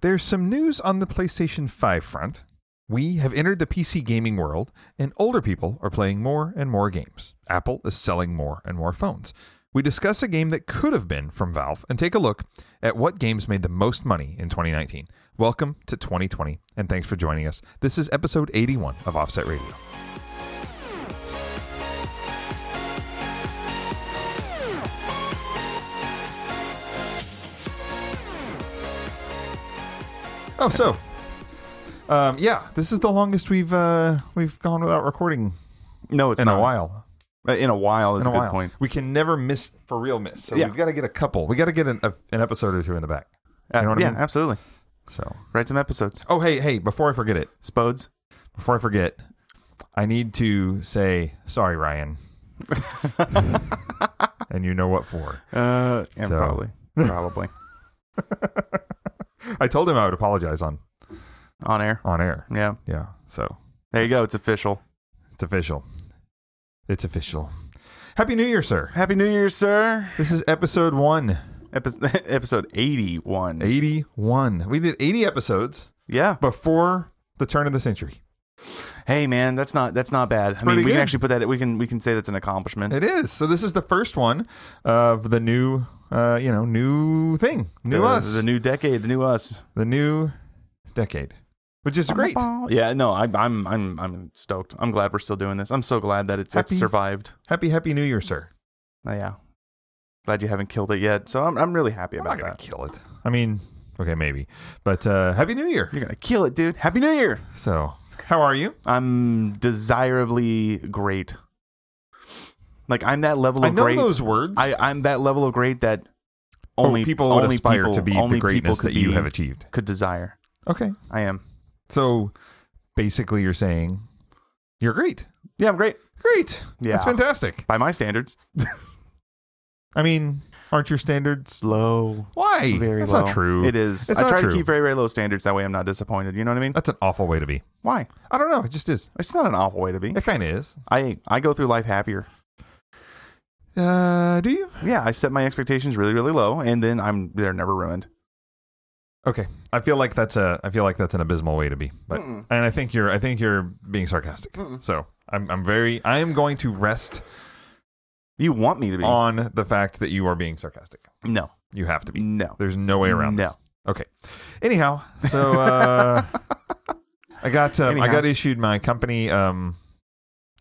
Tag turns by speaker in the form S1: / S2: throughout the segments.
S1: There's some news on the PlayStation 5 front. We have entered the PC gaming world, and older people are playing more and more games. Apple is selling more and more phones. We discuss a game that could have been from Valve and take a look at what games made the most money in 2019. Welcome to 2020, and thanks for joining us. This is episode 81 of Offset Radio. Oh, so um, yeah, this is the longest we've uh, we've gone without recording
S2: No, it's
S1: in
S2: not.
S1: a while.
S2: Uh, In a while is
S1: In
S2: a
S1: a
S2: good
S1: while,
S2: point.
S1: we can never miss for real miss. So
S2: Yeah.
S1: we've got to get a couple. We got to get an, a, an episode or two in the back.
S2: Uh,
S1: know what I
S2: yeah,
S1: mean?
S2: absolutely.
S1: So
S2: Write some episodes.
S1: oh hey hey before I forget it
S2: Spodes.
S1: before I forget, I need to say sorry, Ryan. and you know what for?
S2: Uh, yeah,
S1: So-
S2: probably, probably
S1: I told him I would apologize on
S2: on air.
S1: on air.
S2: Yeah,
S1: Yeah, so
S2: there you go. It's official.
S1: it's official. It's official. Happy New Year, sir.
S2: Happy New Year, sir.
S1: This is episode one.
S2: Epi- episode eighty-one.
S1: 81. We did 80 episodes
S2: Yeah.
S1: before the turn of the century.
S2: Hey, man, that's not that's not bad. I mean,
S1: pretty
S2: we
S1: good.
S2: can actually put that. We can we can say that's an accomplishment.
S1: It is. So this is the first one of the new uh, you know, new thing. New
S2: the,
S1: us.
S2: The new decade. The new us.
S1: the new decade. Which is great.
S2: Yeah. No, I, I'm I'm I'm stoked. I'm glad we're still doing this. I'm so glad that it's,
S1: Happy-
S2: it's survived.
S1: Happy happy new year, sir.
S2: Uh, yeah. Glad you haven't killed it yet. So I'm I'm really happy
S1: I'm
S2: about
S1: not gonna
S2: that.
S1: kill it. I mean, okay, maybe. But uh happy new year.
S2: You're gonna kill it, dude. Happy New Year.
S1: So, how are you?
S2: I'm desirably great. Like I'm that level of
S1: I know
S2: great.
S1: those words.
S2: I, I'm that level of great that
S1: Oh,
S2: only
S1: people would
S2: only
S1: aspire
S2: people,
S1: to be
S2: only
S1: the greatness
S2: people could
S1: that you
S2: be-
S1: have achieved.
S2: could desire.
S1: Okay.
S2: I am.
S1: So basically you're saying you're great.
S2: Yeah, I'm great
S1: Great.
S2: Yeah.
S1: That's fantastic.
S2: by my standards.
S1: I mean, aren't your standards
S2: Low,
S1: Why?
S2: very
S1: That's
S2: low.
S1: not true.
S2: It is.
S1: It's
S2: I
S1: not
S2: try
S1: true. Uh,
S2: to keep very very low standards. That way, I'm not disappointed. You know what I mean?
S1: That's an awful way to be.
S2: Why?
S1: I don't know. It just is.
S2: It's not an awful way to be.
S1: It kind of is.
S2: I I go through life happier.
S1: Uh, do you?
S2: Yeah, I set my expectations really really low, and then I'm they're never ruined.
S1: Okay. I feel like that's a. I feel like that's an abysmal way to be. But
S2: Mm-mm.
S1: and I think you're. I think you're being sarcastic.
S2: Mm-mm.
S1: So I'm. I'm very. I am going to rest
S2: You want me to be?
S1: on the fact that you are being sarcastic.
S2: no,
S1: You have to be.
S2: no.
S1: There's no way around
S2: No.
S1: this. Okay. Anyhow, so uh, I got um, I
S2: Anyhow.
S1: got issued my company um,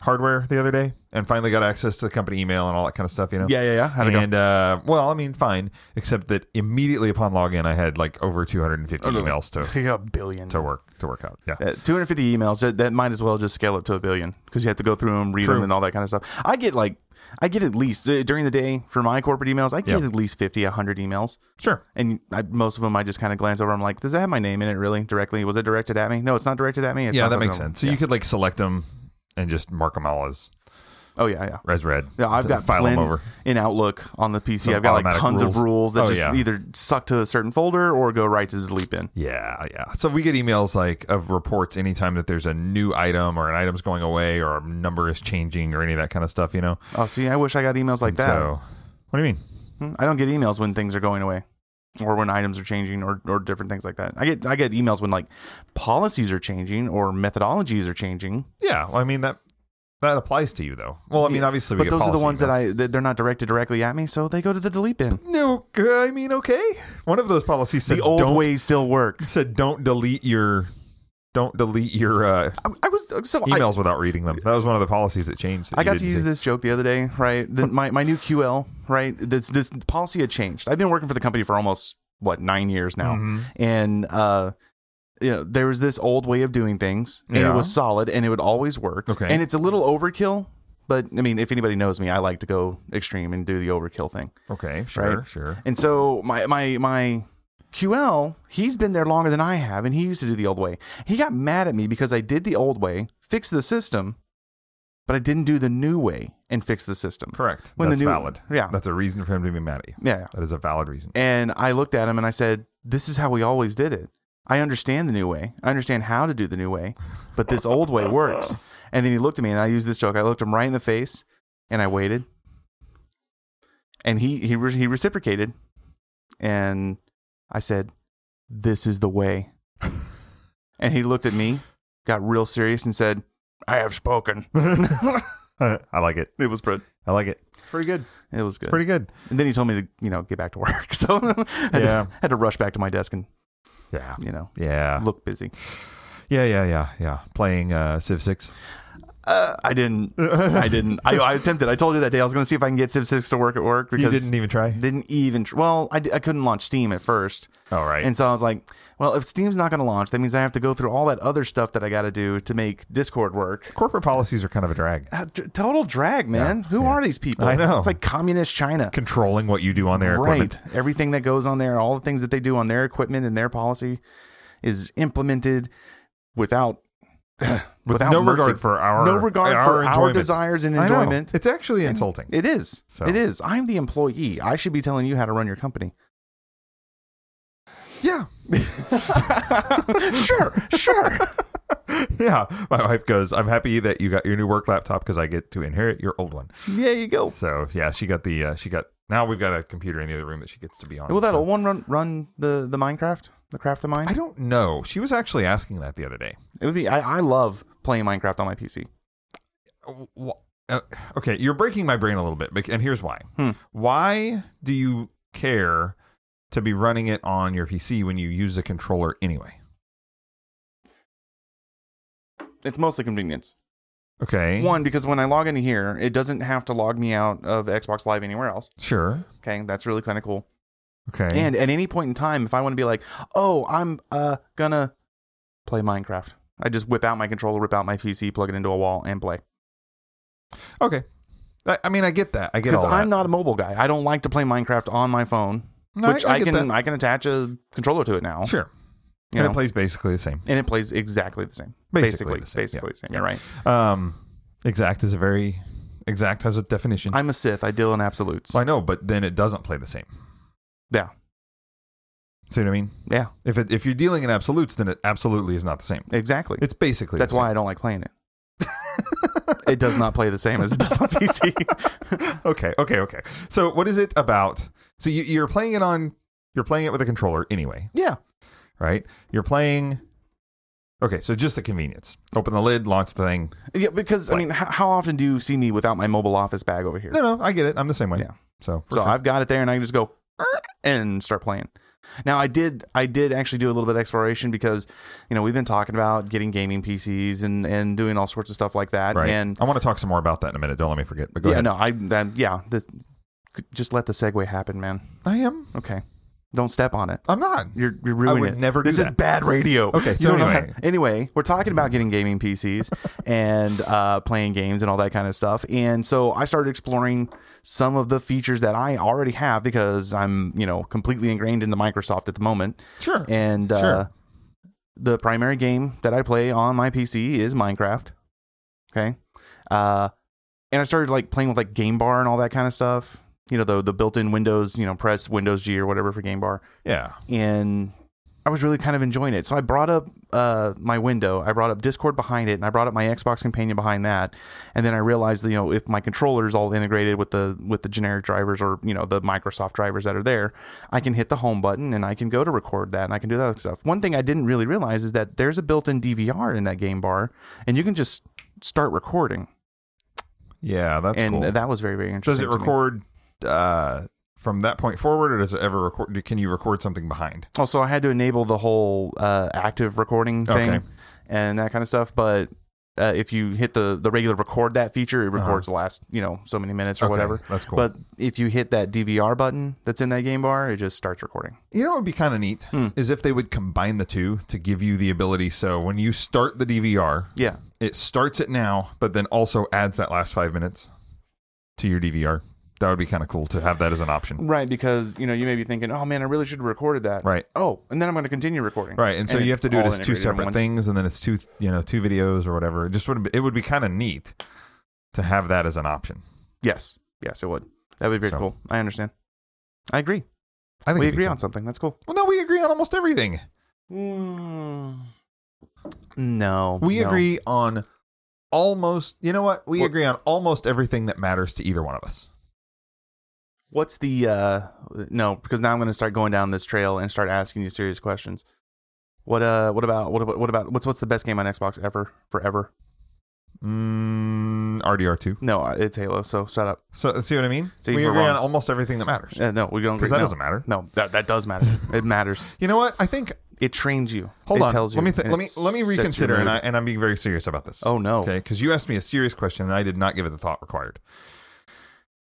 S1: hardware the other day, and finally got access to the company email and all that kind of stuff. You know.
S2: Yeah, yeah, yeah. How'd it go?
S1: and uh, well, I mean, fine, except that immediately upon login, I had like over 250
S2: Oh, no.
S1: emails to,
S2: a billion
S1: to work to work out. Yeah,
S2: Uh, 250 emails that, that might as well just scale up to a billion because you have to go through them read
S1: True.
S2: them and all that kind of stuff i get like i get at least uh, during the day for my corporate emails i get
S1: Yeah.
S2: at least 50 100 emails
S1: sure.
S2: and I, most of them i just kind of glance over i'm like does that have my name in it really directly was it directed at me no it's not directed at me It's
S1: yeah,
S2: not
S1: that makes
S2: directed-
S1: sense. So you could like select them and just mark them all as
S2: oh yeah yeah
S1: as red.
S2: yeah, I've got
S1: file
S2: plen-
S1: them over.
S2: in Outlook on the PC.
S1: Some
S2: I've got like
S1: automatic
S2: tons
S1: rules.
S2: of rules that
S1: Oh,
S2: just
S1: yeah.
S2: either suck to a certain folder or go right to the delete bin.
S1: Yeah, yeah. So we get emails like of reports anytime that there's a new item or an item's going away or a number is changing or any of that kind of stuff. You know.
S2: Oh, see, I wish I got emails like that.
S1: So what do you mean?
S2: Hmm, I don't get emails when things are going away or when items are changing or, or different things like that. I get I get emails when like policies are changing or methodologies are changing.
S1: Yeah, well, I mean that that applies to you though. Well, I mean
S2: Yeah,
S1: obviously, we
S2: but
S1: get
S2: those are the
S1: policy
S2: ones
S1: emails.
S2: that I that they're not directed directly at me, so they go to the delete bin.
S1: No, g- I mean, okay. One of those policies said
S2: The old
S1: don't
S2: ways still work.
S1: said don't delete your don't delete your uh,
S2: I, I was so I,
S1: emails without reading them. That was one of the policies that changed. that
S2: I
S1: you
S2: got to
S1: didn't
S2: use
S1: see.
S2: this joke the other day, right? The, my my new QL, right? This this policy had changed. I've been working for the company for almost what nine years now,
S1: Mhm.
S2: and uh, you know there was this old way of doing things, and
S1: Yeah.
S2: it was solid, and it would always work.
S1: Okay.
S2: and it's a little overkill, but I mean, if anybody knows me, I like to go extreme and do the overkill thing.
S1: Okay, sure,
S2: right?
S1: sure.
S2: And so my my my QL, he's been there longer than I have, and he used to do the old way. He got mad at me because I did the old way, fixed the system, but I didn't do the new way and fix the system.
S1: Correct.
S2: When the
S1: That's
S2: new-
S1: valid.
S2: yeah.
S1: that's a reason for him to be mad at you.
S2: Yeah.
S1: That is a valid reason.
S2: And I looked at him and I said, "This is how we always did it. I understand the new way. I understand how to do the new way, but this old way works." And then he looked at me and I used this joke. I looked him right in the face and I waited. And he he re- he reciprocated. And I said, This is the way. and he looked at me, got real serious, and said, I have spoken.
S1: I like it.
S2: It was pretty.
S1: I like it. Pretty good.
S2: It was good.
S1: Pretty good.
S2: And then he told me to, you know, get back to work. So I had,
S1: Yeah.
S2: to, had to rush back to my desk and,
S1: Yeah.
S2: you know,
S1: Yeah.
S2: look busy.
S1: Yeah. Yeah. Yeah. Yeah. Playing uh, Civ Six.
S2: Uh, I didn't. I didn't. I, I attempted. I told you that day I was going to see if I can get Civ 6 to work at work
S1: You
S2: because
S1: didn't e-, even try.
S2: didn't even. Tr- well, I, d- I couldn't launch Steam at first.
S1: All right.
S2: And so I was like, well, if Steam's not going to launch, that means I have to go through all that other stuff that I got to do to make Discord work.
S1: Corporate policies are kind of a drag.
S2: Uh, t- total drag, man. Who are these people?
S1: I know.
S2: It's like communist China.
S1: Controlling what you do on their equipment.
S2: Right. Everything that goes on there, all the things that they do on their equipment and their policy is implemented without without
S1: no
S2: mercy.
S1: regard for our-
S2: no regard
S1: our
S2: for our
S1: enjoyment.
S2: desires and
S1: I know.
S2: enjoyment.
S1: It's actually insulting.
S2: It is.
S1: So-
S2: It is. I'm the employee. I should be telling you how to run your company.
S1: yeah.
S2: sure, sure.
S1: yeah. My wife goes, I'm happy that you got your new work laptop because I get to inherit your old one.
S2: There you go.
S1: So yeah, she got the uh, she got now we've got a computer in the other room that she gets to be on.
S2: Will that
S1: so-
S2: old one run run the the Minecraft, the craft of mine?
S1: I don't know. She was actually asking that the other day.
S2: it would be. I, I love playing Minecraft on my PC.
S1: Wh- uh, Okay, you're breaking my brain a little bit, bec- and here's why.
S2: Hmm.
S1: Why do you care to be running it on your PC when you use a controller anyway?
S2: It's mostly convenience.
S1: Okay,
S2: One because when I log into here, it doesn't have to log me out of Xbox Live anywhere else.
S1: sure,
S2: Okay, that's really kind of cool.
S1: okay,
S2: And at any point in time, if I want to be like, oh, I'm uh gonna play Minecraft, I just whip out my controller, whip out my PC, plug it into a wall, and play.
S1: okay. I, I mean, I get that. I get
S2: Because
S1: all
S2: I'm
S1: that.
S2: not a mobile guy. I don't like to play Minecraft on my phone,
S1: No,
S2: which
S1: I,
S2: I,
S1: I get
S2: can I can attach a controller to it now.
S1: that. Sure,
S2: you
S1: and
S2: know?
S1: it plays basically the same.
S2: and it plays exactly the same.
S1: Basically
S2: Basically,
S1: the same, yeah.
S2: basically the same. You're right.
S1: Um, exact is a very exact has a definition.
S2: I'm a Sith. I deal in absolutes.
S1: I know, but then it doesn't play the same.
S2: yeah,
S1: See what I mean?
S2: yeah,
S1: If it, if you're dealing in absolutes, then it absolutely is not the same.
S2: exactly.
S1: It's basically
S2: That's
S1: the
S2: why I don't like playing it. it does not play the same as it does on PC.
S1: same. okay, okay, okay. So what is it about? So you, you're playing it on you're playing it with a controller anyway,
S2: yeah,
S1: right? You're playing. Okay, so just the convenience. Open the lid, launch the thing.
S2: yeah. Because I mean, h- how often do you see me without my mobile office bag over here?
S1: No, no, I get it. I'm the same way.
S2: Yeah.
S1: So for
S2: so
S1: sure.
S2: I've got it there, and I can just go "Er," and start playing. Now I did, I did actually do a little bit of exploration because, you know, we've been talking about getting gaming PCs and and doing all sorts of stuff like that.
S1: right.
S2: And
S1: I want to talk some more about that in a minute. Don't let me forget. But go
S2: yeah,
S1: ahead.
S2: no, I that, yeah, the, just let the segue happen, man.
S1: I am.
S2: Okay, don't step on it.
S1: I'm not.
S2: You're, you're ruining
S1: would
S2: it.
S1: never do
S2: This is
S1: that.
S2: bad radio.
S1: Okay,
S2: You
S1: so
S2: don't know
S1: anyway.
S2: how- anyway, we're talking about getting gaming PCs and uh, playing games and all that kind of stuff. And so I started exploring some of the features that I already have because I'm, you know, completely ingrained into Microsoft at the moment.
S1: Sure.
S2: And uh,
S1: Sure.
S2: the primary game that I play on my PC is Minecraft. Okay. Uh, and I started like playing with like Game Bar and all that kind of stuff. You know, the the built-in Windows, you know, press Windows G or whatever for Game Bar
S1: yeah.
S2: and I was really kind of enjoying it. So I brought up uh, my window, I brought up Discord behind it, and I brought up my Xbox Companion behind that. And then I realized, that, you know, if my controller is all integrated with the with the generic drivers or you know the Microsoft drivers that are there, I can hit the home button and I can go to record that and I can do that stuff. One thing I didn't really realize is that there's a built-in DVR in that game bar, and you can just start recording.
S1: Yeah. That's
S2: and
S1: cool.
S2: that was very very
S1: does
S2: interesting.
S1: it
S2: to me.
S1: record uh, from that point forward, or does it ever record? Can you record something behind?
S2: Also, Oh, I had to enable the whole uh, active recording thing
S1: Okay.
S2: and that kind of stuff. But uh, if you hit the the regular record that feature, it records the last you know so many minutes or
S1: Uh-huh. Okay,
S2: whatever.
S1: that's cool.
S2: But if you hit that DVR button that's in that game bar, it just starts recording.
S1: You know what would be kind of neat is if they would combine the two to give you the ability. So when you start the DVR,
S2: Yeah,
S1: it starts it now, but then also adds that last five minutes to your DVR. That would be kind of cool to have that as an option.
S2: right. Because you know you may be thinking, oh man, I really should have recorded that.
S1: Right.
S2: Oh, and then I'm going to continue recording.
S1: Right, and so you have
S2: it's
S1: to do it
S2: all
S1: as two
S2: integrated in
S1: separate
S2: one-
S1: things, and then it's two, you know, two videos or whatever. It just would it would be kind of neat to have that as an option.
S2: Yes. Yes, it would. That would be very
S1: So-
S2: cool. I understand. I agree.
S1: I think
S2: We
S1: it'd be
S2: agree
S1: cool.
S2: on something. That's cool. Hmm.
S1: Well, no, we agree on almost everything.
S2: No.
S1: We
S2: no.
S1: agree on almost. You know what? We
S2: Well-
S1: agree on almost everything that matters to either one of us.
S2: what's the uh no because now i'm going to start going down this trail and start asking you serious questions what uh what about what about what about what's what's the best game on xbox ever forever
S1: Mm, RDR2.
S2: no uh, it's halo so shut up
S1: So see what I mean?
S2: See,
S1: we
S2: we're
S1: agree on
S2: wrong.
S1: almost everything that matters.
S2: uh, no we don't
S1: Because that
S2: no.
S1: doesn't matter.
S2: no that, that does matter it matters
S1: You know what? I think.
S2: it trains you
S1: Hold
S2: it
S1: on.
S2: tells you
S1: let me th-
S2: and
S1: let
S2: it
S1: me let me
S2: sets your
S1: reconsider, and
S2: mood.
S1: I and I'm being very serious about this.
S2: oh no
S1: Okay, because you asked me a serious question, and I did not give it the thought required.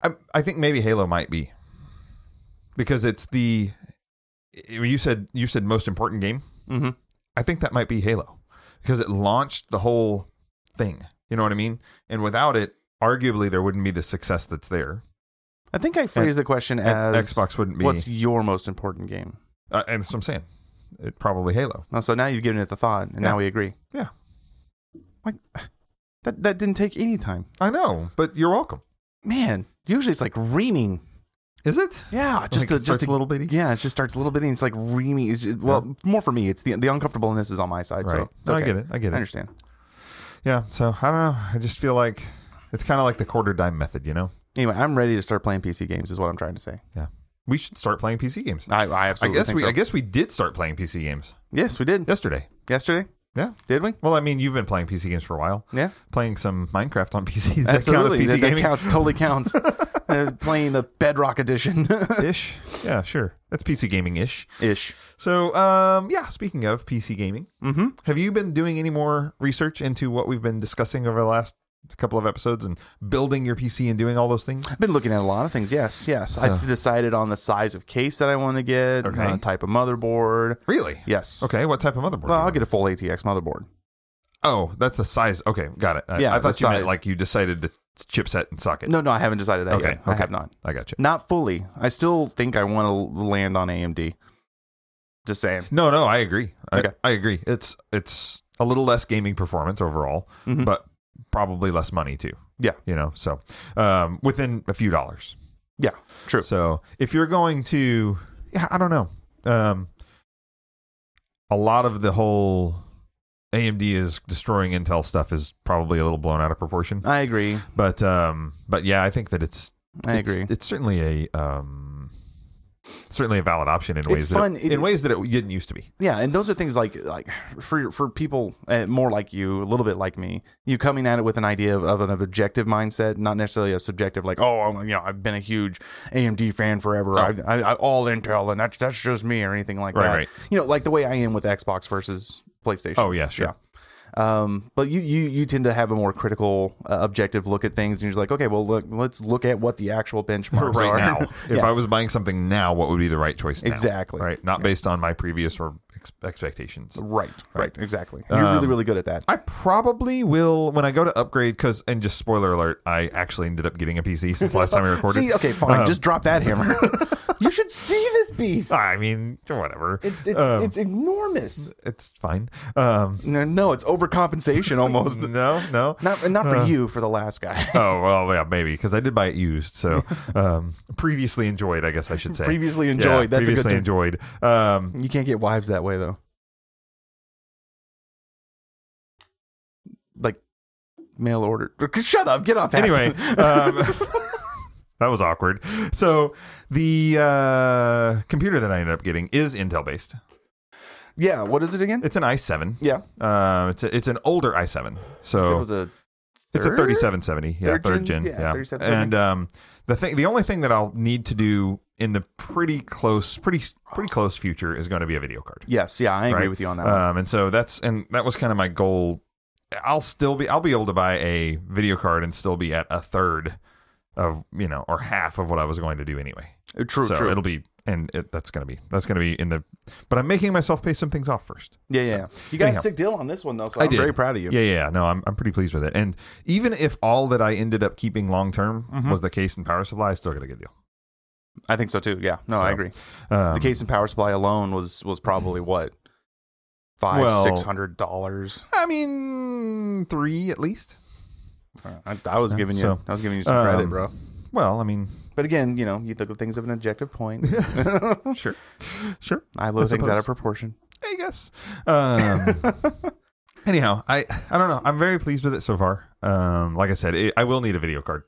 S1: I, I think maybe Halo might be because it's the I mean, you said you said most important game.
S2: hmm
S1: I think that might be Halo because it launched the whole thing. You know what I mean? And without it, arguably there wouldn't be the success that's there.
S2: i think i phrased the question
S1: And
S2: as
S1: Xbox wouldn't be.
S2: what's your most important game
S1: uh, and that's what I'm saying. It, probably Halo.
S2: Oh, so now you've given it the thought, and
S1: Yeah.
S2: now we agree.
S1: Yeah.
S2: Like that that didn't take any time.
S1: I know, but you're welcome.
S2: Man, usually it's like reaming.
S1: Is it?
S2: Yeah,
S1: Like
S2: just
S1: it
S2: a, just
S1: starts
S2: a,
S1: a little bitty.
S2: Yeah, it just starts a little bit, and it's like reaming. It's just- well, more for me, it's the the uncomfortableness is on my side.
S1: Right.
S2: So it's
S1: No, I
S2: okay.
S1: get it. I get
S2: I
S1: it.
S2: understand.
S1: Yeah. So I don't know. I just feel like it's kind of like the quarter dime method, you know?
S2: Anyway, I'm ready to start playing PC games. Is what I'm trying to say.
S1: We should start playing PC games.
S2: I, I
S1: I
S2: absolutely
S1: guess
S2: think
S1: we
S2: so.
S1: I guess we did start playing PC games
S2: yes, we did
S1: yesterday.
S2: yesterday.
S1: Yeah.
S2: Did we?
S1: Well, I mean, you've been playing PC games for a while.
S2: Yeah.
S1: Playing some Minecraft on PC. Does that count as
S2: Absolutely.
S1: PC
S2: That, that
S1: gaming?
S2: counts. Totally counts. They're playing the Bedrock edition
S1: ish. Yeah, sure. That's PC gaming ish.
S2: ish.
S1: So, um, yeah. Speaking of PC gaming,
S2: Mm-hmm.
S1: have you been doing any more research into what we've been discussing over the last couple of episodes and building your PC and doing all those things?
S2: I've been looking at a lot of things. Yes, yes. I've decided on the size of case that I want to get,
S1: Okay.
S2: uh, type of motherboard.
S1: Really?
S2: Yes.
S1: Okay. What type of motherboard? do
S2: Well,
S1: you
S2: I'll
S1: want?
S2: get a full ATX motherboard.
S1: Oh, that's the size. Okay, got it. I,
S2: Yeah,
S1: I
S2: the
S1: thought you meant
S2: size.
S1: like you decided the chipset and socket.
S2: No, no, I haven't decided that
S1: Okay,
S2: yet. I
S1: okay.
S2: have not.
S1: I got you.
S2: Not fully. I still think I want to land on AMD. Just saying.
S1: No, no, I agree. I,
S2: Okay.
S1: I agree. It's it's a little less gaming performance overall,
S2: Mhm.
S1: but probably less money too.
S2: Yeah.
S1: you know, so um, within a few dollars.
S2: Yeah, true.
S1: So if you're going to, yeah, I don't know. Um, a lot of the whole AMD is destroying Intel stuff is probably a little blown out of proportion.
S2: I agree.
S1: But um, but yeah, I think that it's
S2: I
S1: it's,
S2: agree.
S1: It's certainly a um, certainly a valid option in ways
S2: fun.
S1: that it,
S2: It-
S1: in ways that it didn't used to be.
S2: Yeah, and those are things like like for for people uh, more like you, a little bit like me, you coming at it with an idea of, of an objective mindset, not necessarily a subjective like, oh, I'm, you know, I've been a huge AMD fan forever,
S1: Oh.
S2: I've, I, I all Intel, and that's that's just me or anything like
S1: Right,
S2: that.
S1: right.
S2: You know, like the way I am with Xbox versus PlayStation.
S1: Oh yeah, sure.
S2: Um, but you, you you tend to have a more critical, uh, objective look at things, and you're like, okay, well, look, let's look at what the actual benchmarks
S1: Right
S2: are
S1: now, if
S2: Yeah.
S1: I was buying something now, what would be the right choice? Now?
S2: Exactly.
S1: Right, not based on my previous or ex- expectations.
S2: right, right, exactly. You're
S1: Um,
S2: really really good at that.
S1: I probably will when I go to upgrade because, and just spoiler alert, I actually ended up getting a PC since last time I recorded.
S2: See, okay, fine.
S1: Um,
S2: just drop that hammer. you should see this beast.
S1: I mean, whatever.
S2: It's it's
S1: Um,
S2: it's enormous.
S1: it's fine. Um,
S2: No, no, it's overcompensation almost.
S1: no, no,
S2: not not
S1: Uh,
S2: for you, for the last guy.
S1: oh well yeah maybe because i did buy it used so um previously enjoyed i guess i should say
S2: Previously
S1: Yeah,
S2: enjoyed. That's a good
S1: previously
S2: term.
S1: enjoyed um
S2: You can't get wives that way though. Like mail order. Shut up. Get off. Aston.
S1: anyway um that was awkward so the uh computer that i ended up getting is intel based
S2: yeah. What is it again?
S1: it's an i7
S2: yeah.
S1: um it's a, it's an older i7
S2: You said
S1: so
S2: it was a.
S1: it's a
S2: third?
S1: 3770 yeah
S2: Third
S1: third,
S2: gen?
S1: gen,
S2: Yeah,
S1: yeah,
S2: 3770.
S1: and um the thing the only thing that i'll need to do in the pretty close pretty pretty close future is going to be a video card
S2: Yes. Yeah. I agree
S1: Right.
S2: with you on that. one.
S1: um, and so that's and that was kind of my goal. I'll still be I'll be able to buy a video card and still be at a third of you know or half of what I was going to do anyway.
S2: true.
S1: so
S2: true.
S1: it'll be and it, that's gonna be that's gonna be in the. But I'm making myself pay some things off first.
S2: yeah. Yeah. yeah. you got
S1: anyhow.
S2: a sick deal on this one though. So
S1: I
S2: I'm
S1: did.
S2: very proud of you.
S1: Yeah, yeah, yeah. no, I'm I'm pretty pleased with it. And even if all that I ended up keeping long term
S2: Mm-hmm.
S1: was the case and power supply, I still got a good deal.
S2: I think so too. Yeah. No, I
S1: So,
S2: agree.
S1: Um,
S2: the case and power supply alone was was probably what five
S1: Well-
S2: six hundred dollars.
S1: I mean, three at least.
S2: I, I was giving you
S1: so,
S2: I was giving you some credit,
S1: um,
S2: bro.
S1: Well, I mean,
S2: But again, you know, you look at things of an objective point.
S1: sure, sure.
S2: I blow things out
S1: suppose.
S2: of proportion.
S1: I guess. Um, anyhow, I I don't know. I'm very pleased with it so far. Um, like I said, it, I will need a video card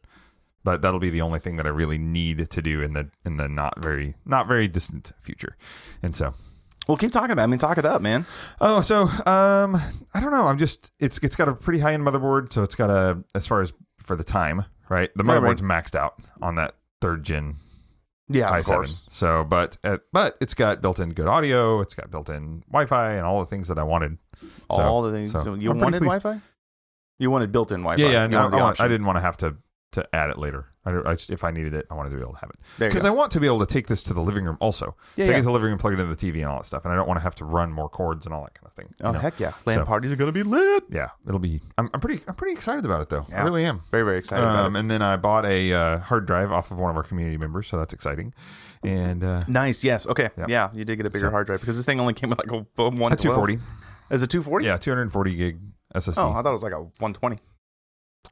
S1: But that'll be the only thing that I really need to do in the in the not very not very distant future. And so
S2: Well, keep talking about. It. I mean, talk it up, man.
S1: Oh, so um, I don't know. I'm just it's it's got a pretty high end motherboard, so it's got a as far as for the time, right? The
S2: Right, right.
S1: motherboard's maxed out on that third gen
S2: Yeah, of
S1: i7.
S2: course.
S1: So, but uh, but it's got built in good audio, it's got built in Wi-Fi, and all the things that I wanted. So,
S2: All the things.
S1: so
S2: so you
S1: I'm pretty
S2: wanted
S1: pleased.
S2: Wi-Fi? You wanted built-in Wi-Fi.
S1: yeah, yeah.
S2: You
S1: No,
S2: wanted the
S1: I, want- I
S2: option.
S1: didn't want to have to to add it later. I, don't- I just- if I needed it, I wanted to be able to have it
S2: There you
S1: because
S2: go.
S1: I want to be able to take this to the living room also.
S2: Yeah,
S1: take it
S2: yeah.
S1: to the living room, plug it into the TV, and all that stuff. And I don't want to have to run more cords and all that kind of thing. you
S2: Oh
S1: know?
S2: heck yeah! LAN
S1: So-
S2: parties are gonna be lit.
S1: yeah, it'll be. I'm, I'm pretty. I'm pretty excited about it though.
S2: Yeah.
S1: I really am.
S2: Very very excited about
S1: Um, and then I bought a uh, hard drive off of one of our community members, so that's exciting. And uh,
S2: it. Nice. Yes. Okay.
S1: Yeah.
S2: Yeah. You did get a bigger
S1: So-
S2: hard drive because this thing only came with like a, a one.
S1: a 240,
S2: Is it two forty?
S1: yeah, 240 gig SSD.
S2: Oh, I thought it was like a one twenty.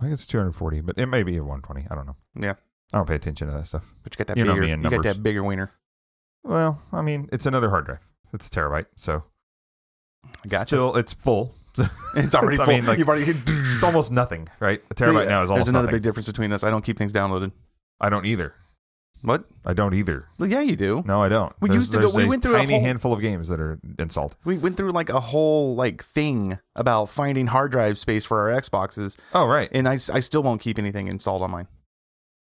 S1: I think it's 240, but it may be a 120. I don't know.
S2: Yeah.
S1: I don't pay attention to that stuff.
S2: But you got that
S1: You know
S2: bigger.
S1: me and
S2: you got
S1: numbers.
S2: that bigger wiener.
S1: Well, I mean, it's another hard drive. It's a terabyte, so
S2: I got you.
S1: Still, it's full.
S2: It's already
S1: I
S2: full.
S1: mean, like-
S2: You've already.
S1: it's almost nothing, right? A terabyte now is
S2: There's
S1: almost
S2: another
S1: nothing.
S2: big difference between us. I don't keep things downloaded.
S1: I don't either.
S2: What?
S1: I don't either.
S2: Well, yeah, you do.
S1: No, I don't.
S2: We
S1: There's-
S2: used to go-
S1: there's
S2: we
S1: a
S2: went through a
S1: tiny
S2: whole-
S1: handful of games that are installed.
S2: We went through like a whole like thing about finding hard drive space for our Xboxes,
S1: Oh, right.
S2: and I, s- I still won't keep anything installed on mine.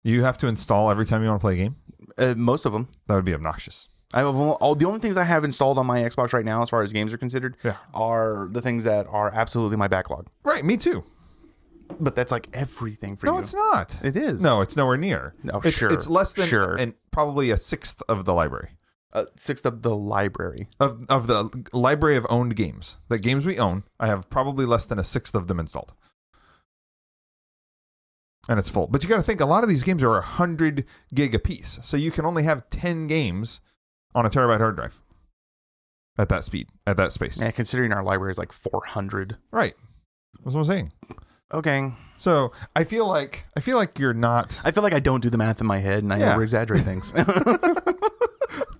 S1: You have to install every time you want to play a game.
S2: Uh, most of them.
S1: That would be obnoxious.
S2: I have all, all the only things I have installed on my Xbox right now, as far as games are considered,
S1: Yeah.
S2: are the things that are absolutely my backlog.
S1: Right. Me too.
S2: But that's like everything for
S1: No,
S2: you.
S1: it's not.
S2: It is.
S1: No, it's nowhere near.
S2: No,
S1: it's,
S2: sure,
S1: It's less than
S2: sure.
S1: and probably a sixth of the library
S2: Uh, sixth of the library.
S1: of of the library of owned games. The games we own, I have probably less than a sixth of them installed, and it's full. But you got to think a lot of these games are hundred gig a piece, so you can only have ten games on a terabyte hard drive at that speed, at that space.
S2: Yeah, considering our library is like 400.
S1: Right. That's what I'm saying.
S2: Okay.
S1: So I feel like I feel like you're not
S2: I feel like I don't do the math in my head and I
S1: Yeah.
S2: over exaggerate things.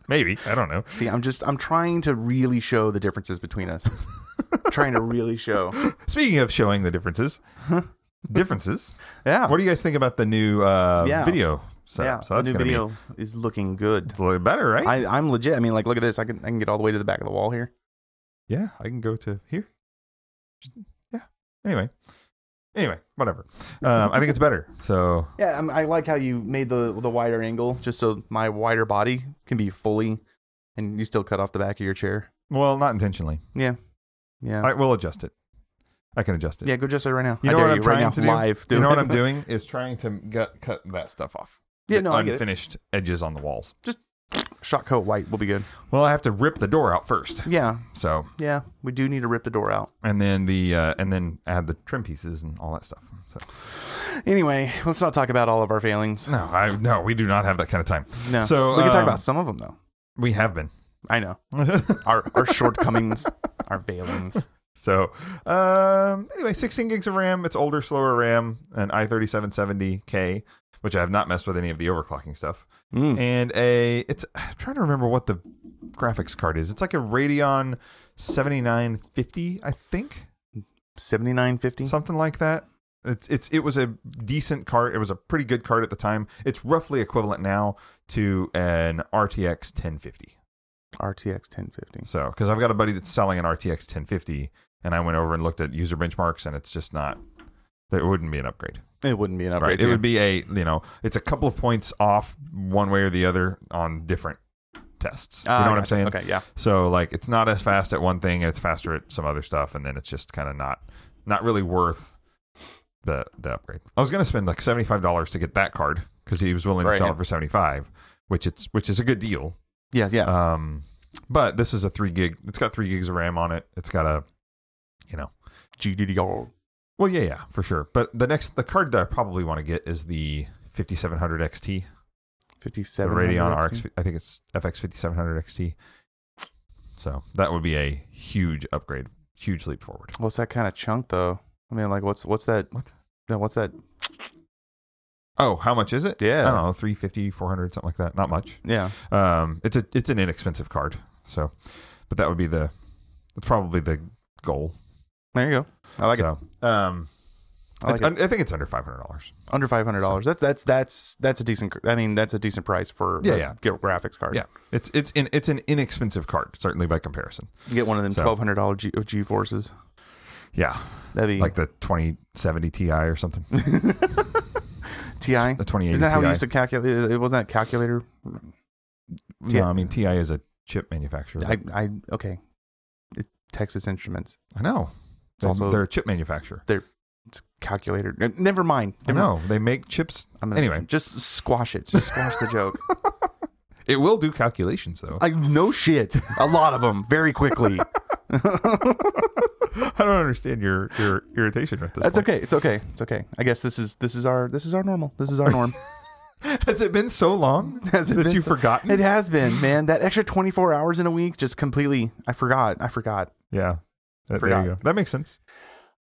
S1: maybe I don't know.
S2: See, I'm just I'm trying to really show the differences between us. trying to really show.
S1: Speaking of showing the differences, differences.
S2: Yeah.
S1: What do you guys think about the new uh,
S2: Yeah.
S1: video setup?
S2: yeah.
S1: so that's
S2: the new
S1: gonna
S2: video
S1: be
S2: is looking good.
S1: it's a little better, right?
S2: I, I'm legit. I mean, like, look at this. I can I can get all the way to the back of the wall here.
S1: yeah, I can go to here. Just- Yeah. Anyway, anyway, whatever. Um, I think it's better. So
S2: Yeah, I'm, I like how you made the the wider angle, just so my wider body can be fully, and you still cut off the back of your chair.
S1: well, not intentionally.
S2: Yeah,
S1: I will adjust it. I can adjust it.
S2: yeah. Go just right now.
S1: You
S2: I
S1: know
S2: dare
S1: what I'm
S2: you,
S1: trying
S2: right now,
S1: to do?
S2: Live,
S1: You know what
S2: it.
S1: I'm doing is trying to gut, cut that stuff off.
S2: Yeah,
S1: The
S2: no, I get it.
S1: unfinished edges on the walls.
S2: Shot coat white will be good.
S1: Well, I have to rip the door out first.
S2: Yeah,
S1: So
S2: yeah. We do need to rip the door out.
S1: and then the uh, and then add the trim pieces and all that stuff. So
S2: Anyway, let's not talk about all of our failings.
S1: no, I no, we do not have that kind of time.
S2: No,
S1: So,
S2: we can talk
S1: um,
S2: about some of them though.
S1: We have been.
S2: I know our our shortcomings, our failings.
S1: so um, anyway, 16 gigs of RAM. It's older, slower RAM, an i3770K, which I have not messed with any of the overclocking stuff,
S2: Mm.
S1: and a it's I'm trying to remember what the graphics card is. It's like a Radeon 7950, I think.
S2: Seventy nine fifty.
S1: something like that. It's it's it was a decent card. It was a pretty good card at the time. It's roughly equivalent now to an RTX 1050.
S2: RTX ten fifty.
S1: So because I've got a buddy that's selling an RTX 1050, and I went over and looked at user benchmarks, and it's just not. It wouldn't be an upgrade,
S2: It wouldn't be an
S1: right?
S2: upgrade.
S1: It would be a you know, it's a couple of points off one way or the other on different tests. You know what I'm saying?
S2: Ah, Okay, yeah.
S1: So like it's not as fast at one thing, it's faster at some other stuff, and then it's just kind of not not really worth the the upgrade. I was gonna spend like seventy five dollars to get that card because he was willing to
S2: Right.
S1: sell it for seventy five, which it's which is a good deal.
S2: Yeah, yeah.
S1: Um, but this is a three gig. It's got three gigs of RAM on it. It's got a you know
S2: GDDR.
S1: well yeah yeah for sure. But the next the card that I probably want to get is the fifty seven hundred XT, the
S2: 57
S1: Radeon
S2: hundred
S1: RX. I think it's FX fifty seven hundred XT. So that would be a huge upgrade, huge leap forward.
S2: What's that kind of chunk though? I mean, like, what's what's that?
S1: What?
S2: No, what's that?
S1: Oh, how much is it?
S2: Yeah.
S1: I don't know, 350, 400, something like that. Not much.
S2: Yeah,
S1: Um, it's a it's an inexpensive card. So, but that would be the that's probably the goal.
S2: there you go. I like it.
S1: so, Um,
S2: I like
S1: It's
S2: it.
S1: un- I think it's under five hundred dollars.
S2: Under five hundred dollars. That's that's that's that's a decent. I mean, that's a decent price for
S1: Yeah,
S2: a
S1: yeah.
S2: gra- graphics card.
S1: Yeah, it's it's in, it's an inexpensive card, certainly by comparison.
S2: You get one of them
S1: So-
S2: twelve hundred dollar G, G forces.
S1: Yeah,
S2: That'd be
S1: like the twenty seventy Ti or something.
S2: Ti.
S1: The twenty eighty.
S2: Isn't that how
S1: Ti.
S2: we used to calculate? uh, It wasn't that calculator.
S1: No, I mean Ti is a chip manufacturer.
S2: I, I okay. It, Texas Instruments.
S1: I know.
S2: It's also-
S1: they're a chip manufacturer.
S2: It's calculator. N- Never mind.
S1: I
S2: Never mind.
S1: know they make chips.
S2: I'm gonna
S1: Anyway.
S2: just squash it. Just squash the joke.
S1: It will do calculations though.
S2: I no shit. A lot of them very quickly.
S1: I don't understand your your irritation at this.
S2: That's
S1: point.
S2: okay. It's okay. It's okay. I guess this is this is our this is our normal. This is our norm.
S1: Has it been so long
S2: Has it
S1: that
S2: been
S1: you've
S2: so-
S1: forgotten?
S2: It has been, man. That extra 24 hours in a week just completely. I forgot. I forgot.
S1: yeah. That, there
S2: Forgot.
S1: you go. That makes sense.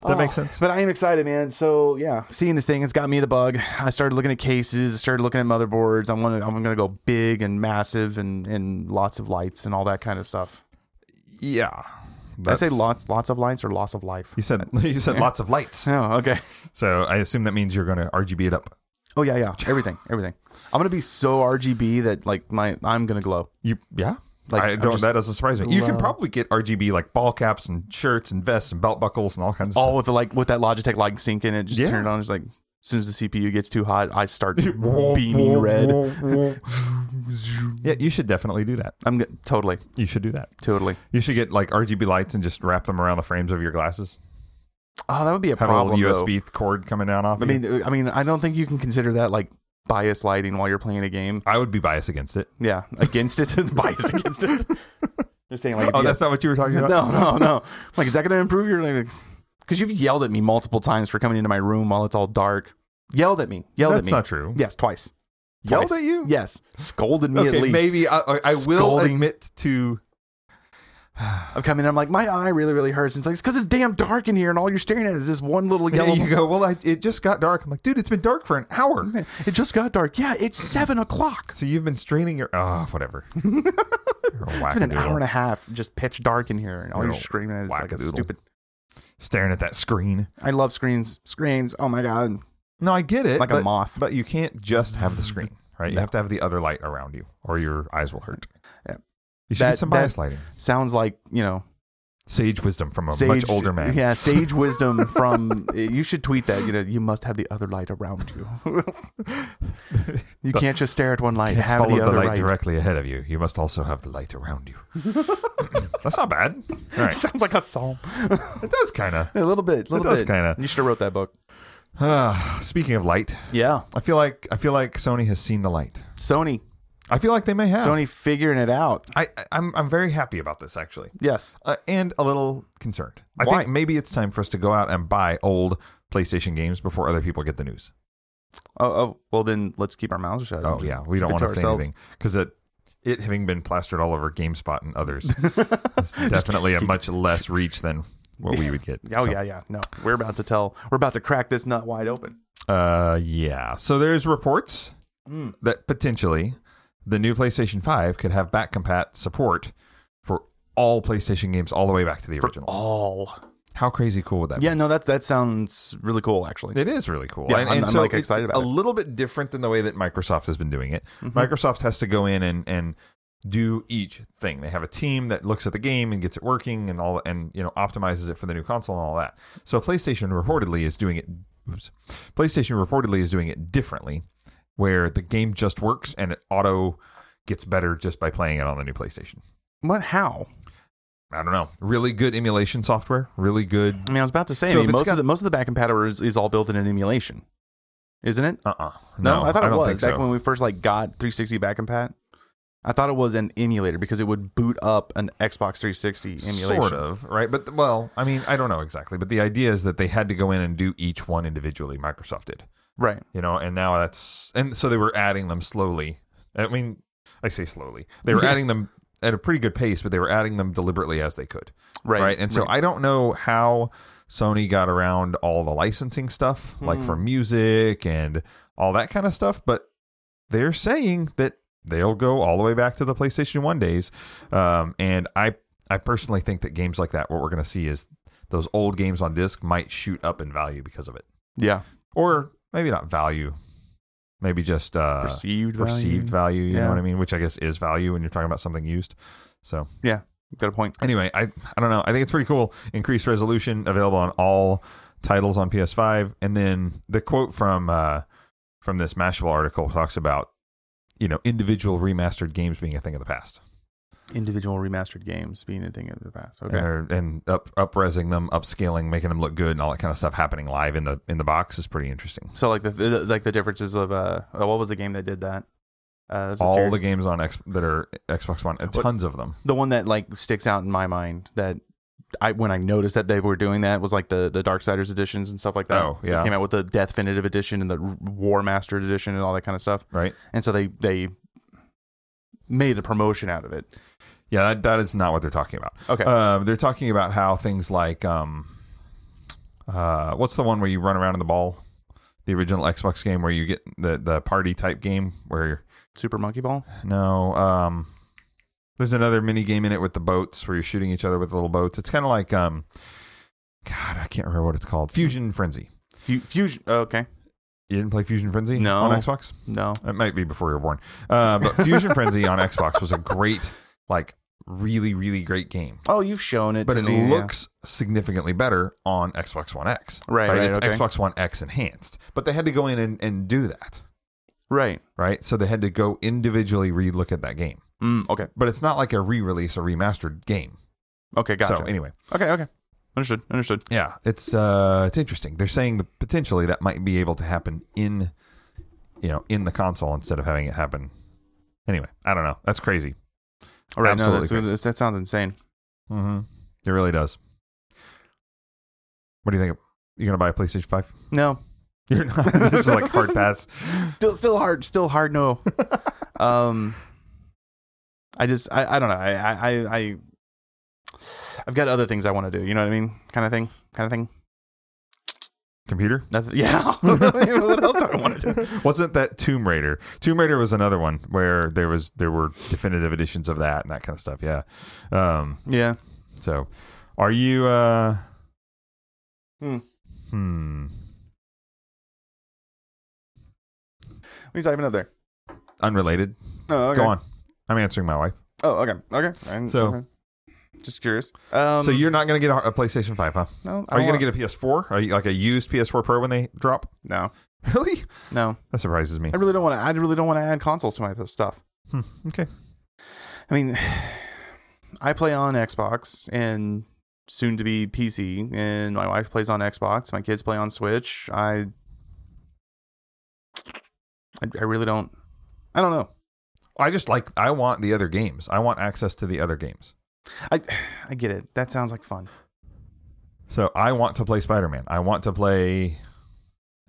S1: That
S2: Oh,
S1: makes sense.
S2: But I am excited, man. So yeah, seeing this thing, it's got me the bug. I started looking at cases. I started looking at motherboards. I'm gonna I'm gonna go big and massive and and lots of lights and all that kind of stuff.
S1: yeah.
S2: Did I say
S1: That's-
S2: lots lots of lights or loss of life.
S1: You said you said lots of lights.
S2: Oh okay.
S1: So I assume that means you're going to RGB it up.
S2: Oh yeah yeah. Everything everything. I'm gonna be so RGB that like my I'm gonna glow.
S1: You yeah.
S2: Like,
S1: I
S2: I'm
S1: don't.
S2: just
S1: That doesn't surprise me. You can
S2: love-
S1: probably get RGB like ball caps and shirts and vests and belt buckles and all kinds of
S2: All with the like with that Logitech light sync in it. Just
S1: Yeah.
S2: turn it on. Just like as soon as the CPU gets too hot, I start
S1: stuff.
S2: beaming red.
S1: yeah, you should definitely do that.
S2: I'm g- totally
S1: You should do that.
S2: totally.
S1: You should get like RGB lights and just wrap them around the frames of your glasses.
S2: Oh, that would be a
S1: Have
S2: problem.
S1: a
S2: though.
S1: little USB cord coming down off.
S2: I
S1: of you.
S2: mean, I mean, I don't think you can consider that like bias lighting while you're playing a game.
S1: I would be biased against it.
S2: Yeah, against it, bias against it. Just saying, like, if
S1: Oh,
S2: you-
S1: that's not what you were talking about.
S2: no, no, no. Like, is that going to improve your? Because you've yelled at me multiple times for coming into my room while it's all dark. Yelled at me. Yelled at
S1: that's
S2: me.
S1: not true.
S2: Yes, twice.
S1: Yelled
S2: Twice.
S1: at you?
S2: Yes, scolded me
S1: okay,
S2: at least.
S1: maybe I, I, I will
S2: Scolding.
S1: admit to.
S2: I'm coming. in, I'm like, my eye really, really hurts. And it's like, it's because it's damn dark in here, and all you're staring at is this one little yellow.
S1: You go. Well, I, it just got dark. I'm like, dude, it's been dark for an hour.
S2: It just got dark. Yeah, it's seven o'clock.
S1: So you've been straining your. Oh, whatever. You're a
S2: It's been an
S1: wackadoodle.
S2: hour and a half, just pitch dark in here, and all you're
S1: Little
S2: screaming at is like a
S1: wackadoodle.
S2: stupid.
S1: Staring at that screen.
S2: I love screens. Screens. Oh my god.
S1: No, I get it.
S2: Like a
S1: but,
S2: moth.
S1: But you can't just have the screen, right? You
S2: No.
S1: have to have the other light around you, or your eyes will hurt.
S2: Yeah.
S1: You should
S2: That-
S1: get some
S2: that-
S1: bias lighting.
S2: Sounds like you know
S1: Sage wisdom from a
S2: sage,
S1: much older man.
S2: Yeah, sage wisdom from. You should tweet that. You know, you must have the other light around you. you can't just stare at one light.
S1: Can't
S2: have
S1: follow
S2: the
S1: the,
S2: other
S1: light
S2: light.
S1: directly ahead of you. You must also have the light around you. That's not bad. All right.
S2: Sounds like a psalm.
S1: It does kind of.
S2: A little bit. A little
S1: does
S2: bit.
S1: kinda.
S2: You should have wrote that book.
S1: Ah, speaking of light,
S2: Yeah.
S1: I feel like I feel like Sony has seen the light.
S2: Sony.
S1: I feel like they may have.
S2: Sony figuring it out.
S1: I, I- I'm I'm very happy about this actually,
S2: Yes.
S1: uh, and a little concerned. I
S2: Why?
S1: think maybe it's time for us to go out and buy old PlayStation games before other people get the news.
S2: Oh, oh well, then let's keep our mouths shut.
S1: Oh yeah, we don't
S2: it
S1: want to
S2: to
S1: say
S2: ourselves.
S1: anything because it it having been plastered all over GameSpot and others, it's definitely a much less reach than what we would get.
S2: Oh
S1: So-
S2: yeah, yeah. No, we're about to tell. We're about to crack this nut wide open.
S1: Uh, yeah. So there's reports that potentially the new PlayStation 5 could have back compat support for all PlayStation games all the way back to the original.
S2: All.
S1: How crazy cool would that
S2: Yeah, no, that that sounds really cool. Actually,
S1: be? It is really cool.
S2: Yeah,
S1: and,
S2: I'm-
S1: and
S2: I'm,
S1: so
S2: like,
S1: it's
S2: excited about
S1: a
S2: it. Mm-hmm.
S1: little bit different than the way that Microsoft has been doing it. Microsoft has to go in and and do each thing. They have a team that looks at the game and gets it working and all and you know optimizes it for the new console and all that. So PlayStation reportedly is doing it oops. PlayStation reportedly is doing it differently where the game just works and it auto gets better just by playing it on the new PlayStation.
S2: What? How?
S1: I don't know. Really good emulation software, really good
S2: I mean, I was about to say.
S1: So
S2: I
S1: if
S2: mean,
S1: it's
S2: most
S1: got-
S2: of the most of the back compatible is, is all built in an emulation, isn't it?
S1: uh-uh.
S2: I thought it
S1: don't
S2: was
S1: think
S2: back
S1: so.
S2: when we first like got 360 back compat. I thought it was an emulator because it would boot up an Xbox 360 emulation.
S1: Sort of, right? But well, I mean, I don't know exactly, but the idea is that they had to go in and do each one individually. Microsoft did,
S2: Right.
S1: you know, and now that's and so they were adding them slowly. I mean, I say slowly. They were adding them at a pretty good pace, but they were adding them deliberately as they could,
S2: Right.
S1: right? And so I don't know how Sony got around all the licensing stuff, like for music and all that kind of stuff, but they're saying that they'll go all the way back to the PlayStation One days, um, and I I personally think that games like that, what we're going to see is those old games on disc might shoot up in value because of it.
S2: Yeah.
S1: or maybe not value, maybe just uh, perceived,
S2: Perceived
S1: value.
S2: value.
S1: You know
S2: Yeah.
S1: what I mean? Which I guess is value when you're talking about something used. So
S2: Got a point.
S1: anyway, I I don't know. I think it's pretty cool. Increased resolution available on all titles on PS5, and then the quote from uh, from this Mashable article talks about you know individual remastered games being a thing of the past.
S2: Individual remastered games being a thing of the past. Okay.
S1: and, they're- and up upresing them, upscaling, making them look good, and all that kind of stuff happening live in the in the box is pretty interesting.
S2: So like the, the like the differences of uh uh, what was the game that did that? Uh, there's a
S1: All
S2: series-
S1: the games on X that are Xbox One, uh,
S2: What-
S1: tons of them.
S2: the one that like sticks out in my mind that I when I noticed that they were doing that was like the the Darksiders editions and stuff like that.
S1: Oh,
S2: They
S1: yeah.
S2: came out with the Deathfinitive edition and the War Mastered edition and all that kind of stuff.
S1: Right?
S2: And so they they made a promotion out of it.
S1: Yeah, that, that is not what they're talking about.
S2: Okay.
S1: Um, they're talking about how things like um, uh, what's the one where you run around in the ball, the original Xbox game where you get the the party type game where you're,
S2: Super Monkey Ball.
S1: no um. There's another mini game in it with the boats where you're shooting each other with little boats. It's kind of like, um, God, I can't remember what it's called. Fusion Frenzy.
S2: Fu- Fusion. oh, Okay.
S1: You didn't play Fusion Frenzy
S2: No.
S1: on Xbox?
S2: No.
S1: It might be before you were born. Uh, but Fusion Frenzy on Xbox was a great, like, really, really great game.
S2: Oh, you've shown it.
S1: But
S2: to
S1: it
S2: me, yeah.
S1: looks significantly better on Xbox One X.
S2: Right, right,
S1: it's
S2: okay.
S1: Xbox One X enhanced. But they had to go in and, and do that,
S2: right.
S1: right? So they had to go individually re look at that game.
S2: Mm, okay.
S1: But it's not like a re release or remastered game.
S2: Okay. Gotcha.
S1: So, anyway,
S2: okay. Okay. Understood. Understood.
S1: yeah, it's uh, it's interesting. They're saying that potentially that might be able to happen in, you know, in the console instead of having it happen. Anyway, I don't know. That's crazy.
S2: All right.
S1: Absolutely
S2: No, that's, that sounds insane.
S1: Mm-hmm. It really does. What do you think? You gonna buy a PlayStation Five?
S2: No.
S1: You're not. this is like hard pass.
S2: still still hard still hard no um i just i, I don't know I, I i i i've got other things i want to do you know what i mean kind of thing kind of thing
S1: Computer.
S2: Nothing, yeah what else do i want
S1: Hmm.
S2: to do
S1: Wasn't that Tomb Raider? Tomb Raider was another one where there was there were definitive editions of that and that kind of stuff. Yeah. Um.
S2: yeah
S1: So, are you? uh
S2: Hmm.
S1: Hmm.
S2: what are you typing up there
S1: Unrelated.
S2: oh okay
S1: Go on. I'm answering my wife.
S2: oh okay okay I'm-
S1: So-
S2: okay. just curious um
S1: so you're not gonna get a, a PlayStation Five, huh?
S2: no,
S1: Are you gonna get a PS4? Are you like a used PS4 Pro when they drop?
S2: no
S1: Really?
S2: no
S1: That surprises me.
S2: i really don't want to i really don't want to add consoles to my th- stuff
S1: Hmm, okay.
S2: i mean i play on xbox and soon to be pc and my wife plays on xbox my kids play on switch i i, I really don't i don't know
S1: I just like I want the other games. I want access to the other games.
S2: i i get it that sounds like fun
S1: So I want to play Spider-Man. I want to play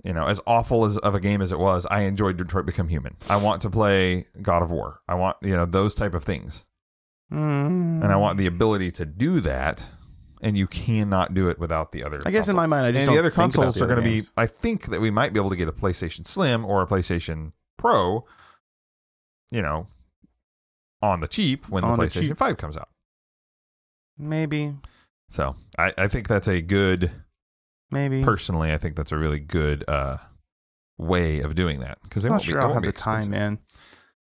S1: you know, as awful as of a game as it was, I enjoyed Detroit Become Human. I want to play God of War. I want, you know, those type of things.
S2: Mm.
S1: And I want the ability to do that and you cannot do it without the other
S2: i guess in my mind i just
S1: and the
S2: don't
S1: other
S2: think about
S1: consoles
S2: the
S1: are
S2: other
S1: going to be
S2: games.
S1: i think that we might be able to get a playstation slim or a playstation pro you know on the cheap when
S2: On
S1: the
S2: the
S1: playstation
S2: cheap.
S1: 5 comes out
S2: maybe
S1: so I, I think that's a good
S2: maybe
S1: personally i think that's a really good uh way of doing that because they
S2: I'm not
S1: won't
S2: sure
S1: be, they
S2: I'll
S1: won't
S2: have
S1: be
S2: the time,
S1: expensive.
S2: man.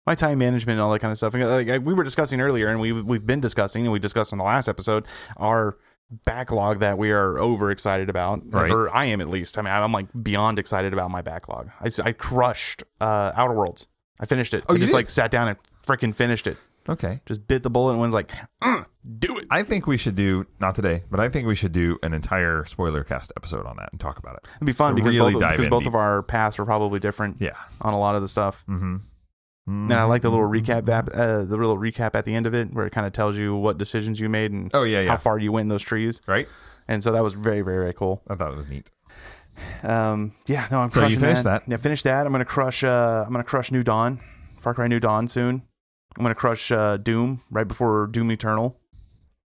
S2: My time management and all that kind of stuff. And, Like I, we were discussing earlier, and we've we've been discussing, and we discussed on the last episode our backlog that we are overexcited about.
S1: Right.
S2: Or I am at least. I mean, I'm like beyond excited about my backlog. I, s- I crushed uh, Outer Worlds. I finished it.
S1: Oh,
S2: I
S1: you
S2: just
S1: did?
S2: like sat down and freaking finished it.
S1: okay
S2: Just bit the bullet and was like, "Mm, do it.
S1: i think we should do not today but i think we should do an entire spoiler cast episode on that and talk about it
S2: It'd be fun because
S1: Really
S2: both,
S1: dive
S2: because
S1: in
S2: both
S1: deep.
S2: of our paths were probably different
S1: yeah
S2: on a lot of the stuff.
S1: mm-hmm
S2: And I like the little recap, app, uh, the little recap at the end of it, where it kind of tells you what decisions you made and
S1: oh yeah
S2: how
S1: yeah
S2: far you went in those trees.
S1: right
S2: And so that was very, very, very cool.
S1: i thought it was neat
S2: Um, yeah, no, I'm
S1: So you
S2: crushing
S1: finished that.
S2: Yeah, finish that. I'm gonna crush. Uh, I'm gonna crush New Dawn, Far Cry New Dawn soon. I'm gonna crush uh, Doom right before Doom Eternal.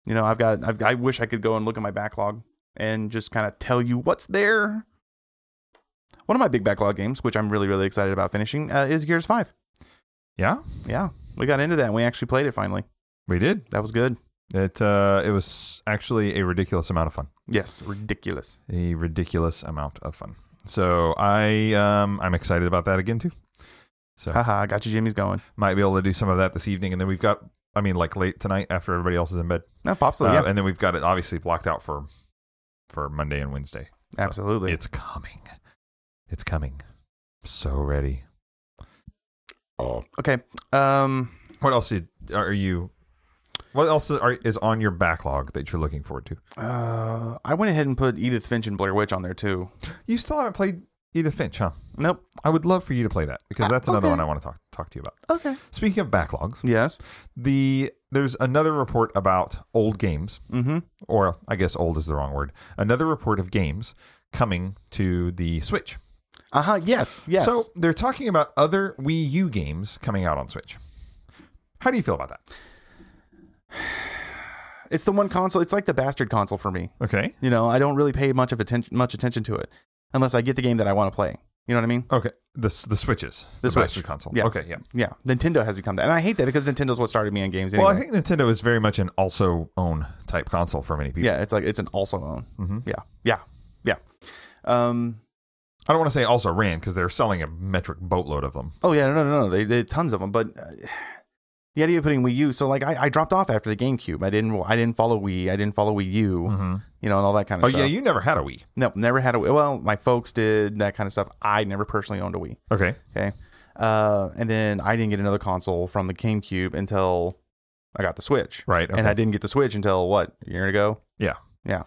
S2: You know, I've got. I've, I wish I could go and look at my backlog and just kind of tell you what's there. One of my big backlog games, which I'm really, really excited about finishing, uh, is Gears Five.
S1: yeah
S2: Yeah, we got into that and we actually played it finally.
S1: we did
S2: That was good.
S1: It uh, it was actually a ridiculous amount of fun.
S2: Yes, ridiculous.
S1: A ridiculous amount of fun. So I um I'm excited about that again too. So
S2: Haha, got you. Jimmy's going.
S1: might be able to do some of that this evening, and then we've got I mean like late tonight after everybody else is in bed,
S2: No, pops.
S1: Uh,
S2: yeah,
S1: and then we've got it obviously blocked out for for Monday and Wednesday. so
S2: absolutely.
S1: It's coming. It's coming. So ready.
S2: oh. Okay. Um.
S1: What else did, are you? What else are, is on your backlog that you're looking forward to?
S2: Uh, I went ahead and put Edith Finch and Blair Witch on there too.
S1: You still haven't played Edith Finch, huh?
S2: Nope.
S1: I would love for you to play that because
S2: Ah,
S1: that's another
S2: okay.
S1: one I want to talk talk to you about.
S2: Okay.
S1: Speaking of backlogs,
S2: Yes.
S1: the there's another report about old games,
S2: Mm-hmm.
S1: or I guess old is the wrong word. Another report of games coming to the Switch.
S2: Uh
S1: Uh-huh,
S2: huh. Yes. Yes.
S1: So they're talking about other Wii U games coming out on Switch. How do you feel about that?
S2: it's the one console. It's like the bastard console for me.
S1: Okay.
S2: You know, I don't really pay much of attention much attention to it unless I get the game that I want to play. You know what I mean?
S1: Okay. The s- the Switches.
S2: The Switch.
S1: bastard console.
S2: Yeah.
S1: Okay. Yeah.
S2: Yeah. Nintendo has become that, and I hate that because Nintendo's what started me in games. Anyway.
S1: Well, I think Nintendo is very much an also own type console for many people.
S2: yeah, it's like it's an also own.
S1: Mhm.
S2: Yeah. Yeah. Yeah. Um.
S1: I don't want to say also ran because they're selling a metric boatload of them.
S2: Oh yeah. No. No. No. no, They, they tons of them, but. Uh, the idea of putting Wii U, so like I, I dropped off after the GameCube. I didn't, I didn't follow Wii. I didn't follow Wii U. You know, and all that kind
S1: Hmm.
S2: of
S1: Oh
S2: stuff.
S1: yeah, you never had a Wii.
S2: No, never had a Wii. Well, my folks did that kind of stuff. I never personally owned a Wii.
S1: Okay.
S2: Okay. Uh, and then I didn't get another console from the GameCube until I got the Switch.
S1: Right. Okay.
S2: And I didn't get the Switch until what, a year ago?
S1: Yeah.
S2: Yeah.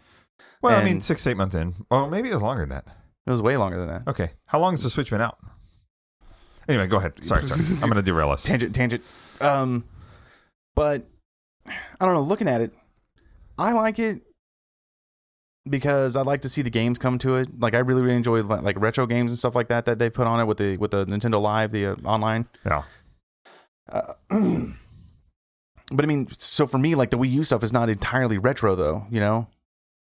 S1: Well, I
S2: and-
S1: mean, six eight months in. Well, maybe it was longer than that.
S2: It was way longer than that.
S1: Okay. How long has the Switch been out? Anyway, go ahead. Sorry, sorry. I'm going to derail us.
S2: Tangent, tangent. Um, but I don't know, looking at it, I like it because I like to see the games come to it. Like I really, really enjoy like like, retro games and stuff like that that they put on it with the with the Nintendo Live, the uh, online.
S1: Yeah.
S2: Uh, but I mean, so for me, like the Wii U stuff is not entirely retro, though. You know,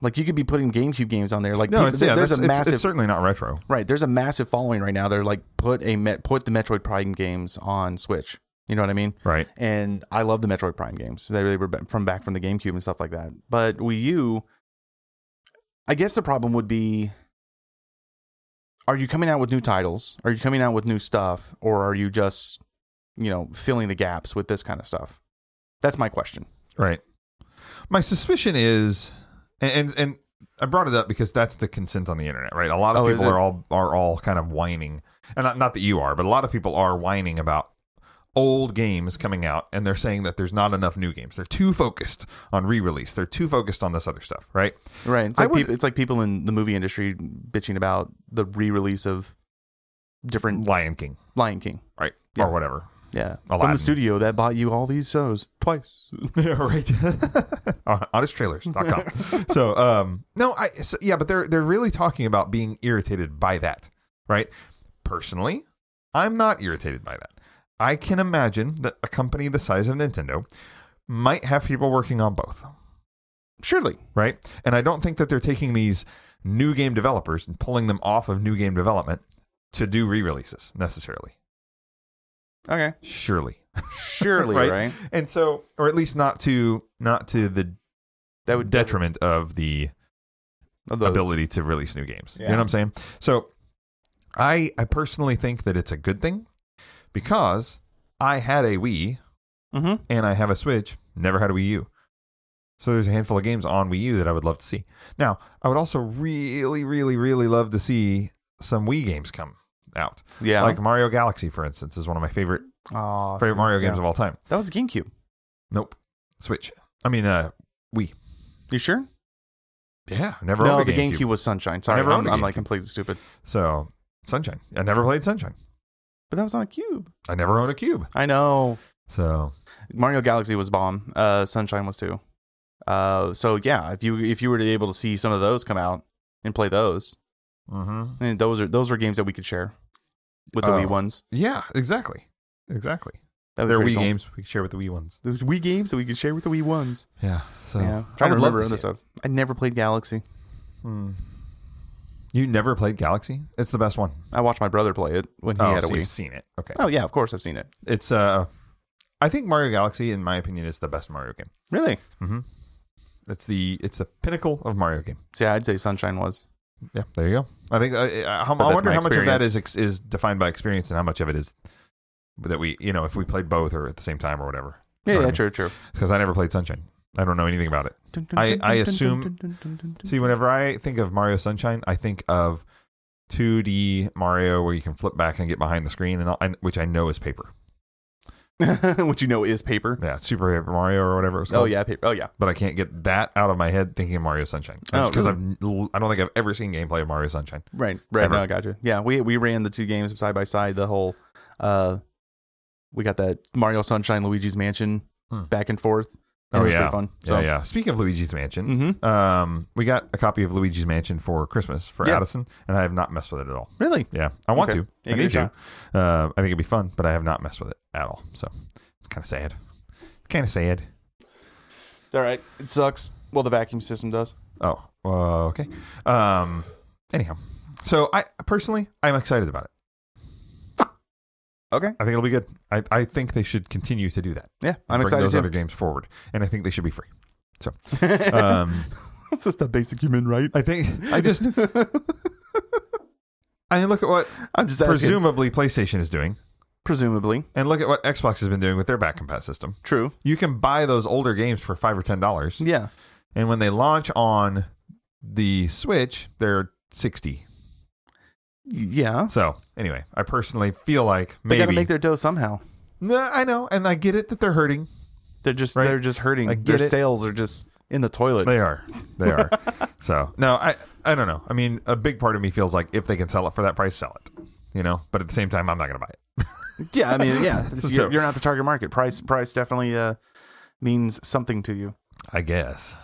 S2: like you could be putting GameCube games on there. Like,
S1: No,
S2: people-
S1: it's,
S2: there-
S1: yeah,
S2: there's
S1: that's-
S2: a
S1: it's,
S2: massive
S1: it's certainly not retro.
S2: right. There's a massive following right now. They're like put a Met put the Metroid Prime games on Switch. You know what I mean?
S1: Right.
S2: And I love the Metroid Prime games. They really were ba- from back from the GameCube and stuff like that. But Wii U, I guess the problem would be. Are you coming out with new titles? Are you coming out with new stuff? Or are you just, you know, filling the gaps with this kind of stuff? That's my question.
S1: Right. My suspicion is, and, and and I brought it up because that's the consent on the internet, right? A lot of
S2: Oh, is
S1: people
S2: it?
S1: are all are all kind of whining, and not, not that you are, but a lot of people are whining about old games coming out, and they're saying that there's not enough new games. They're too focused on re-release. They're too focused on this other stuff, right?
S2: Right. It's
S1: I
S2: like,
S1: would-
S2: people, it's like people in the movie industry bitching about the re release of different
S1: Lion King,
S2: Lion King.
S1: right,
S2: Yeah.
S1: or whatever.
S2: Yeah. From
S1: Aladdin.
S2: the studio that bought you all these shows twice.
S1: Yeah, right. On- honesttrailers.com. so, um, no, I, so, yeah, but they're, they're really talking about being irritated by that, right? Personally, I'm not irritated by that. I can imagine that a company the size of Nintendo might have people working on both,
S2: Surely.
S1: right? And I don't think that they're taking these new game developers and pulling them off of new game development to do re releases necessarily.
S2: Okay.
S1: Surely.
S2: Surely,
S1: Right.
S2: right.
S1: And so, or at least not to, not to the
S2: That would
S1: detriment of the
S2: of the-
S1: ability to release new games. You know
S2: Yeah.
S1: what I'm saying? So I I personally think that it's a good thing because I had a Wii
S2: Mhm.
S1: and I have a Switch, never had a Wii U. So there's a handful of games on Wii U that I would love to see. Now, I would also really, really, really love to see some Wii games come out.
S2: Yeah.
S1: Like Mario Galaxy, for instance, is one of my favorite
S2: Aw,
S1: favorite
S2: see,
S1: Mario
S2: yeah.
S1: games of all time.
S2: That was GameCube.
S1: Nope. Switch. I mean uh Wii.
S2: You sure?
S1: Yeah. Never
S2: no,
S1: owned a
S2: the GameCube. was Sunshine. Sorry,
S1: never
S2: I'm,
S1: owned a
S2: I'm like
S1: GameCube.
S2: completely stupid.
S1: So Sunshine. I never played Sunshine.
S2: But that was on a cube.
S1: I never owned a cube.
S2: I know.
S1: So
S2: Mario Galaxy was bomb. Uh, Sunshine was too. Uh, so yeah, if you if you were to be able to see some of those come out and play those,
S1: Mm-hmm.
S2: and those are those were games that we could share with the
S1: Oh.
S2: Wii ones.
S1: Yeah, exactly. Exactly.
S2: That would be
S1: They're
S2: pretty
S1: Wii
S2: cool.
S1: games we share with the Wii ones.
S2: Those Wii games that we could share with the Wii ones.
S1: Yeah. So
S2: yeah,
S1: I
S2: trying to
S1: would love
S2: remember
S1: to
S2: other
S1: see
S2: stuff. I never played Galaxy.
S1: it. Hmm. You never played Galaxy? It's the best one.
S2: I watched my brother play it when he
S1: oh,
S2: had a
S1: so
S2: Wii.
S1: you've seen it. Okay.
S2: Oh yeah, of course I've seen it.
S1: It's uh, I think Mario Galaxy, in my opinion, is the best Mario game.
S2: Really?
S1: Mm-hmm. It's the it's the pinnacle of Mario game.
S2: So yeah, I'd say Sunshine was.
S1: Yeah, there you go. I think I, I, how- I
S2: that's
S1: wonder
S2: my
S1: how much of that
S2: experience.
S1: is ex- is defined by experience and how much of it is that we you know if we played both or at the same time or whatever.
S2: Yeah,
S1: Right.
S2: yeah, true, true.
S1: Because I never played Sunshine. I don't know anything about it. I- I assume- See, whenever I think of Mario Sunshine, I think of 2D Mario where you can flip back and get behind the screen, and, all, and which I know is paper.
S2: what you know is paper.
S1: Yeah, Super Paper Mario or whatever it was called.
S2: Oh yeah, paper. Oh yeah.
S1: But I can't get that out of my head thinking of Mario Sunshine
S2: Oh,
S1: because I've I don't think I've ever seen gameplay of Mario Sunshine.
S2: Right. Right.
S1: Ever.
S2: No, I got you. Yeah, we we ran the two games side by side. The whole, uh, we got that Mario Sunshine, Luigi's Mansion
S1: Hmm.
S2: back and forth. And
S1: Oh,
S2: it was
S1: yeah.
S2: pretty fun. So,
S1: yeah, yeah. Speaking of Luigi's Mansion,
S2: hmm
S1: um, we got a copy of Luigi's Mansion for Christmas for
S2: Yeah.
S1: Addison, and I have not messed with it at all.
S2: Really?
S1: Yeah, I want
S2: Okay.
S1: to. I
S2: Yeah, give it
S1: need
S2: a
S1: to. Uh, I think it'd be fun, but I have not messed with it at all. So it's kind of sad. Kind of sad.
S2: All right. It sucks. Well, the vacuum system does.
S1: Oh, uh, okay. Um, anyhow, so I personally, I'm excited about it.
S2: Okay.
S1: I think it'll be good. I, I think they should continue to do that.
S2: Yeah, I'm
S1: Bring
S2: excited
S1: those
S2: too.
S1: other games forward, and I think they should be free. So, um,
S2: It's just a basic human right.
S1: I think I just I mean, look at what
S2: I'm just asking.
S1: presumably PlayStation is doing,
S2: presumably
S1: and look at what Xbox has been doing with their back compat system.
S2: true.
S1: You can buy those older games for five or ten dollars,
S2: Yeah.
S1: and when they launch on the Switch, they're sixty.
S2: Yeah.
S1: So anyway, I personally feel like
S2: They got to
S1: maybe
S2: make their dough somehow.
S1: No, I know, and I get it that they're hurting.
S2: They're just
S1: Right.
S2: they're just hurting.
S1: I
S2: Their
S1: get it.
S2: sales are just in the toilet.
S1: They are, they are. so no, I I don't know. I mean, a big part of me feels like if they can sell it for that price, sell it. You know, but at the same time, I'm not going to buy it.
S2: yeah, I mean, yeah, you're,
S1: So-
S2: you're not the target market. Price price definitely uh, means something to you.
S1: I guess.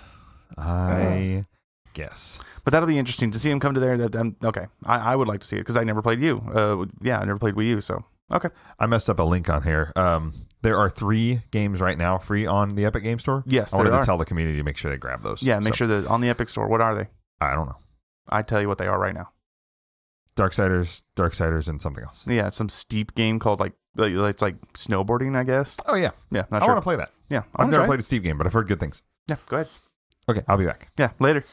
S1: I
S2: Uh.
S1: guess.
S2: But that'll be interesting to see him come to there. That um, okay, I, I would like to see it because I never played you. Uh, yeah, I never played Wii U. So okay,
S1: I messed up a link on here. Um, there are three games right now free on the Epic Game Store.
S2: Yes,
S1: I wanted
S2: there
S1: to
S2: are.
S1: tell the community to make sure they grab those.
S2: yeah, make
S1: So,
S2: sure that on the Epic Store. What are they?
S1: I don't know.
S2: I tell you what they are right now.
S1: Darksiders, Darksiders, and something else.
S2: Yeah, it's some steep game called like like- it's like snowboarding, I guess.
S1: Oh yeah,
S2: Yeah, not
S1: I
S2: sure.
S1: want to play that.
S2: yeah, I
S1: I've
S2: wanna
S1: never
S2: try it.
S1: played a Steep game, but I've heard good things.
S2: Yeah, go ahead.
S1: Okay, I'll be back.
S2: Yeah, later.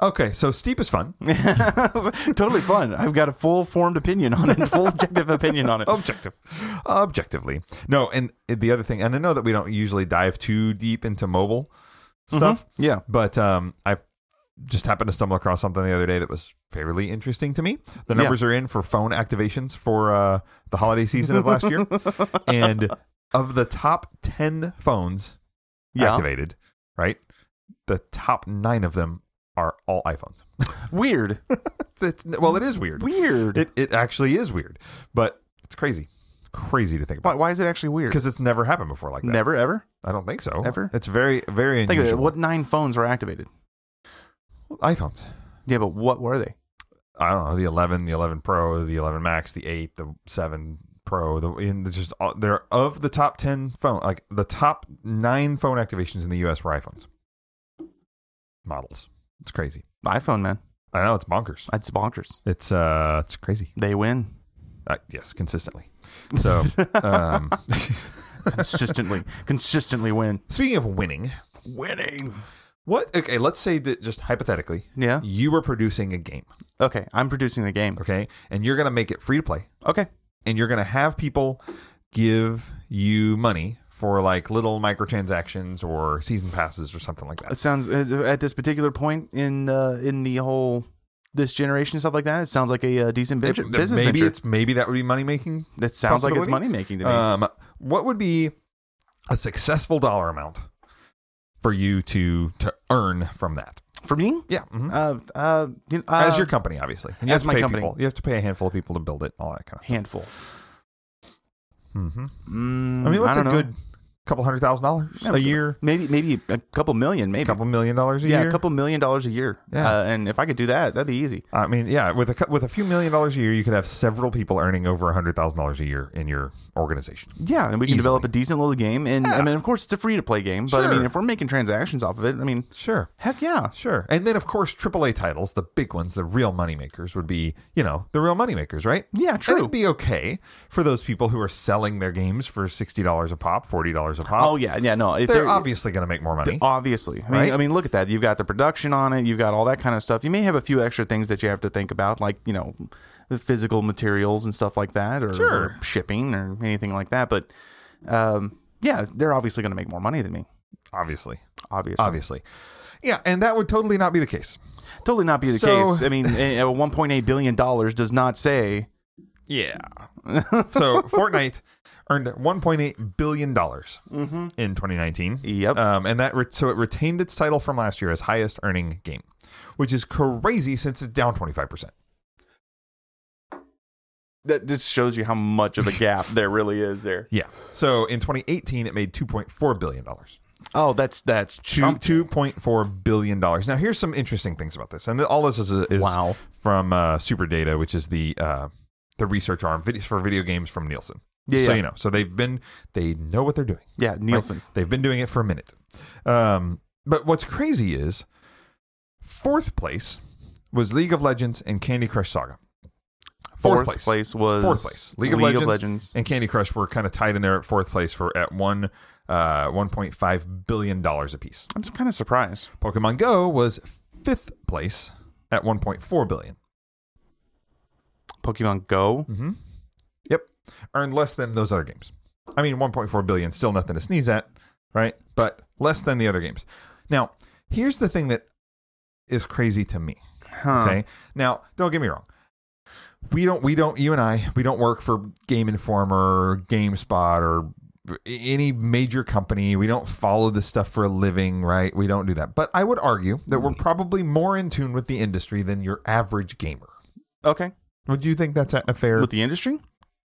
S1: Okay, so Steep is fun.
S2: totally fun. I've got a full formed opinion on it, full objective opinion
S1: Oh,
S2: on it.
S1: objective objectively no and the other thing and i know that we don't usually dive too deep into mobile
S2: Mm-hmm.
S1: stuff
S2: Yeah.
S1: but um i just happened to stumble across something the other day that was fairly interesting to me the
S2: Yeah.
S1: numbers are in for phone activations for uh the holiday season of last year and of the top 10 phones
S2: Yeah.
S1: activated right the top nine of them are all iphones
S2: Weird.
S1: it's, well it is weird
S2: Weird.
S1: it, it actually is weird but it's crazy crazy to think about
S2: why, why is it actually weird?
S1: because it's never happened before like that.
S2: Never ever.
S1: I don't think so.
S2: Ever?
S1: It's very, very
S2: Think of it.
S1: unusual.
S2: What nine phones were activated?
S1: iPhones?
S2: Yeah, but what were they?
S1: I don't know. The 11, the 11 Pro, the 11 Max, the 8, the 7 Pro. The and they're just all, they're of the top 10 phone, like the top nine phone activations in the U.S. were iPhones models. It's crazy.
S2: iPhone, man.
S1: I know it's bonkers.
S2: That's bonkers.
S1: It's uh, it's crazy.
S2: They win
S1: Uh, yes, consistently. So, um,
S2: consistently. consistently win.
S1: speaking of winning,
S2: Winning.
S1: what? Okay, let's say that just hypothetically,
S2: Yeah.
S1: you were producing a game,
S2: Okay. I'm producing the game.
S1: okay, and you're gonna make it free to play.
S2: Okay.
S1: and you're going to have people give you money for like little microtransactions or season passes or something like
S2: It
S1: that.
S2: sounds uh, at this particular point in uh, in the whole this generation and stuff like that. It sounds like a uh, decent venture,
S1: It-
S2: business
S1: maybe
S2: venture.
S1: it's maybe that would be money making.
S2: It sounds like it's
S1: possibility.
S2: money making to me.
S1: Um, what would be a successful dollar amount for you to to earn from that?
S2: For me,
S1: Yeah, mhm.
S2: uh, uh, you know,
S1: as
S2: uh,
S1: your company, obviously. And you
S2: as
S1: have to
S2: my
S1: pay
S2: company.
S1: people. You have to pay a handful of people to build it, all that kind of.
S2: handful.
S1: Mm-hmm.
S2: Mm,
S1: I mean, what's
S2: I
S1: a
S2: don't know.
S1: good couple hundred thousand dollars
S2: Yeah,
S1: a year?
S2: Maybe maybe a couple million. Maybe
S1: A couple million dollars a
S2: yeah,
S1: year?
S2: a couple million dollars a year.
S1: Yeah.
S2: Uh, and if I could do that, that'd be easy.
S1: I mean, yeah, with a cou- with a few million dollars a year, you could have several people earning over a hundred thousand dollars a year in your organization.
S2: Yeah, and we can
S1: Easily.
S2: develop a decent little game. And I
S1: Yeah.
S2: mean, of course, it's a free to play game, but I mean,
S1: Sure.
S2: if we're making transactions off of it, I mean,
S1: Sure,
S2: heck yeah.
S1: sure. And then, of course, AAA titles, the big ones, the real moneymakers, would be you know the real moneymakers, right?
S2: Yeah,
S1: And
S2: true.
S1: it'd be okay for those people who are selling their games for sixty dollars a pop, forty dollars a pop.
S2: Oh yeah, yeah. No, if
S1: they're, obviously going to make more money.
S2: Obviously, I mean,
S1: Right?
S2: I mean, look at that. You've got the production on it. You've got all that kind of stuff. You may have a few extra things that you have to think about, like you know, the physical materials and stuff like that, or,
S1: Sure.
S2: or shipping or anything like that. But um, yeah, they're obviously going to make more money than me.
S1: obviously,
S2: Obviously,
S1: obviously, yeah, and that would totally not be the case.
S2: totally not be the
S1: So-
S2: case. I mean, a- a 1.8 billion dollars does not say
S1: Yeah.
S2: Mm-hmm.
S1: so Fortnite earned 1.8 billion dollars in 2019.
S2: Yep.
S1: Um, and that re- so it retained its title from last year as highest earning game, which is crazy since it's down 25 percent.
S2: that. Just shows you how much of a gap there really is there.
S1: Yeah. So in 2018, it made 2.4 billion dollars.
S2: Oh, that's that's
S1: Two two point four billion dollars. Now here's some interesting things about this, and all this is, is
S2: Wow.
S1: from uh, Super Data, which is the uh, the research arm vid- for video games from Nielsen.
S2: Yeah,
S1: so
S2: yeah.
S1: you know, so they've been they know what they're doing.
S2: Yeah,
S1: right?
S2: Nielsen.
S1: They've been doing it for a minute. Um, but what's crazy is fourth place was League of Legends and Candy Crush Saga.
S2: Fourth, place. was
S1: Fourth place. League of Legends. and Candy Crush were kind of tied in there at fourth place for at one uh, 1.5 billion dollars apiece.
S2: I'm kind of surprised.
S1: Pokemon Go was fifth place at 1.4 billion.
S2: Pokemon Go.
S1: Mm-hmm. Yep, earned less than those other games. I mean, 1.4 billion still nothing to sneeze at, right? But less than the other games. Now, here's the thing that is crazy to me.
S2: Huh.
S1: Okay. Now, don't get me wrong. We don't. We don't. You and I. We don't work for Game Informer, GameSpot, or any major company. We don't follow this stuff for a living, right? We don't do that. But I would argue that we're probably more in tune with the industry than your average gamer.
S2: Okay.
S1: Would you think that's a a fair?
S2: With the industry?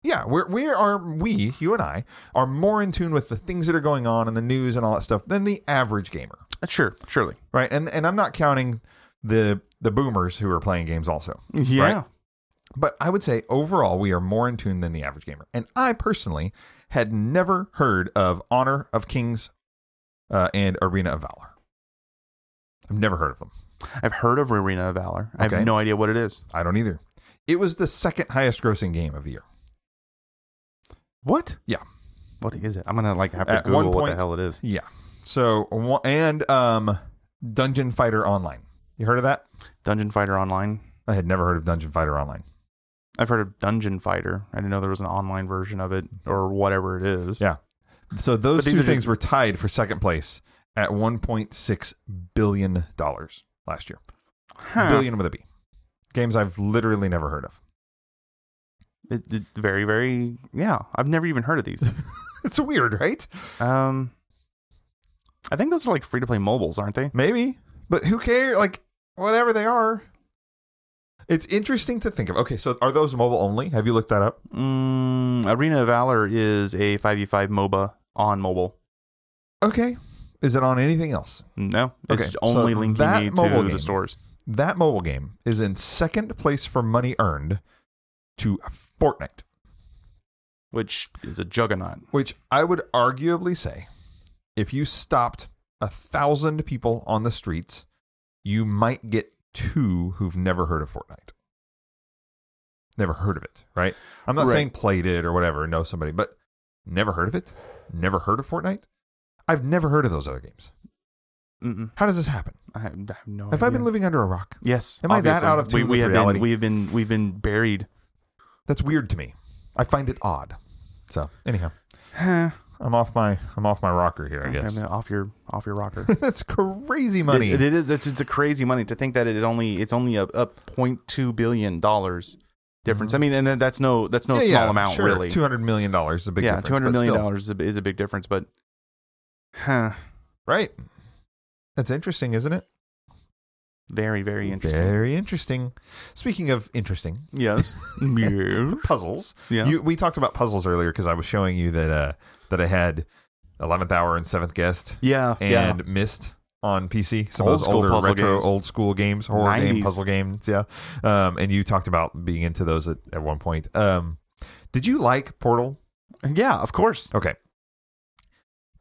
S1: yeah, we're we are we you and I are more in tune with the things that are going on in the news and all that stuff than the average gamer,
S2: Uh, Sure. Surely.
S1: right? And and I'm not counting the the boomers who are playing games also.
S2: Yeah.
S1: But I would say overall, we are more in tune than the average gamer. And I personally had never heard of Honor of Kings uh, and Arena of Valor. I've never heard of them.
S2: I've heard of Arena of Valor. I
S1: Okay.
S2: have no idea what it is.
S1: I don't either. It was the second highest grossing game of the year
S2: What?
S1: Yeah.
S2: What is it? I'm gonna like have to
S1: At one
S2: Google what the
S1: point-
S2: hell it is.
S1: Yeah. So, one- and um, Dungeon Fighter Online. You heard of that?
S2: Dungeon Fighter Online.
S1: I had never heard of Dungeon Fighter Online.
S2: I've heard of Dungeon Fighter. I didn't know there was an online version of it or whatever it is.
S1: Yeah. So, those
S2: But these
S1: two
S2: are just-
S1: things were tied for second place at $1.6 billion last year.
S2: Huh.
S1: Billion with a B. Games I've literally never heard of.
S2: It, it- very, very. Yeah. I've never even heard of these.
S1: It's weird, right?
S2: um, I think those are like free to play mobiles, aren't they?
S1: Maybe, but who cares? Like whatever they are. It's interesting to think of. Okay, so are those mobile only? Have you looked that up?
S2: Mm, Arena of Valor is a 5v5 MOBA on mobile.
S1: Okay. Is it on anything else?
S2: No,
S1: Okay,
S2: it's
S1: so
S2: only linking
S1: that
S2: me
S1: mobile
S2: to
S1: game-
S2: the stores.
S1: That mobile game is in second place for money earned to Fortnite,
S2: which is a juggernaut.
S1: which I would arguably say if you stopped a thousand people on the streets, you might get two who've never heard of Fortnite. Never heard of it, right? I'm not
S2: Right.
S1: saying played it or whatever, know somebody, but never heard of it, never heard of Fortnite. I've never heard of those other games.
S2: Mm-mm.
S1: How does this happen?
S2: I have I have no.
S1: Have I
S2: idea.
S1: been living under a rock?
S2: Yes.
S1: Am I that out of
S2: we,
S1: tune
S2: we
S1: with
S2: have
S1: reality?
S2: Been, we've been we've been buried.
S1: That's weird to me. I find it odd. So anyhow,
S2: Huh.
S1: I'm off my I'm off my rocker here, I
S2: Okay,
S1: guess.
S2: man, off your off your rocker.
S1: That's crazy money.
S2: It- it is. It's, it's a crazy money to think that it only it's only a, a 0.2 billion dollars difference. I mean, and then that's no that's no
S1: Mm-hmm. Yeah,
S2: small
S1: yeah,
S2: amount
S1: sure.
S2: really.
S1: Two hundred million dollars is a big
S2: yeah,
S1: difference.
S2: two hundred
S1: but
S2: million
S1: still.
S2: dollars is a, is a big difference, but huh,
S1: Right. That's interesting, isn't it?
S2: very very interesting.
S1: Very interesting. Speaking of interesting
S2: Yes. yeah.
S1: puzzles,
S2: Yeah.
S1: you, we talked about puzzles earlier because I was showing you that uh, that I had Eleventh Hour and Seventh Guest
S2: yeah. yeah.
S1: and Mist on PC. Some
S2: Old
S1: of those
S2: school
S1: older
S2: puzzle
S1: retro
S2: games.
S1: old school games, horror game
S2: 90s.
S1: puzzle games. Yeah, um, and you talked about being into those at, at one point. Um, did you like Portal?
S2: Yeah, of course.
S1: Okay.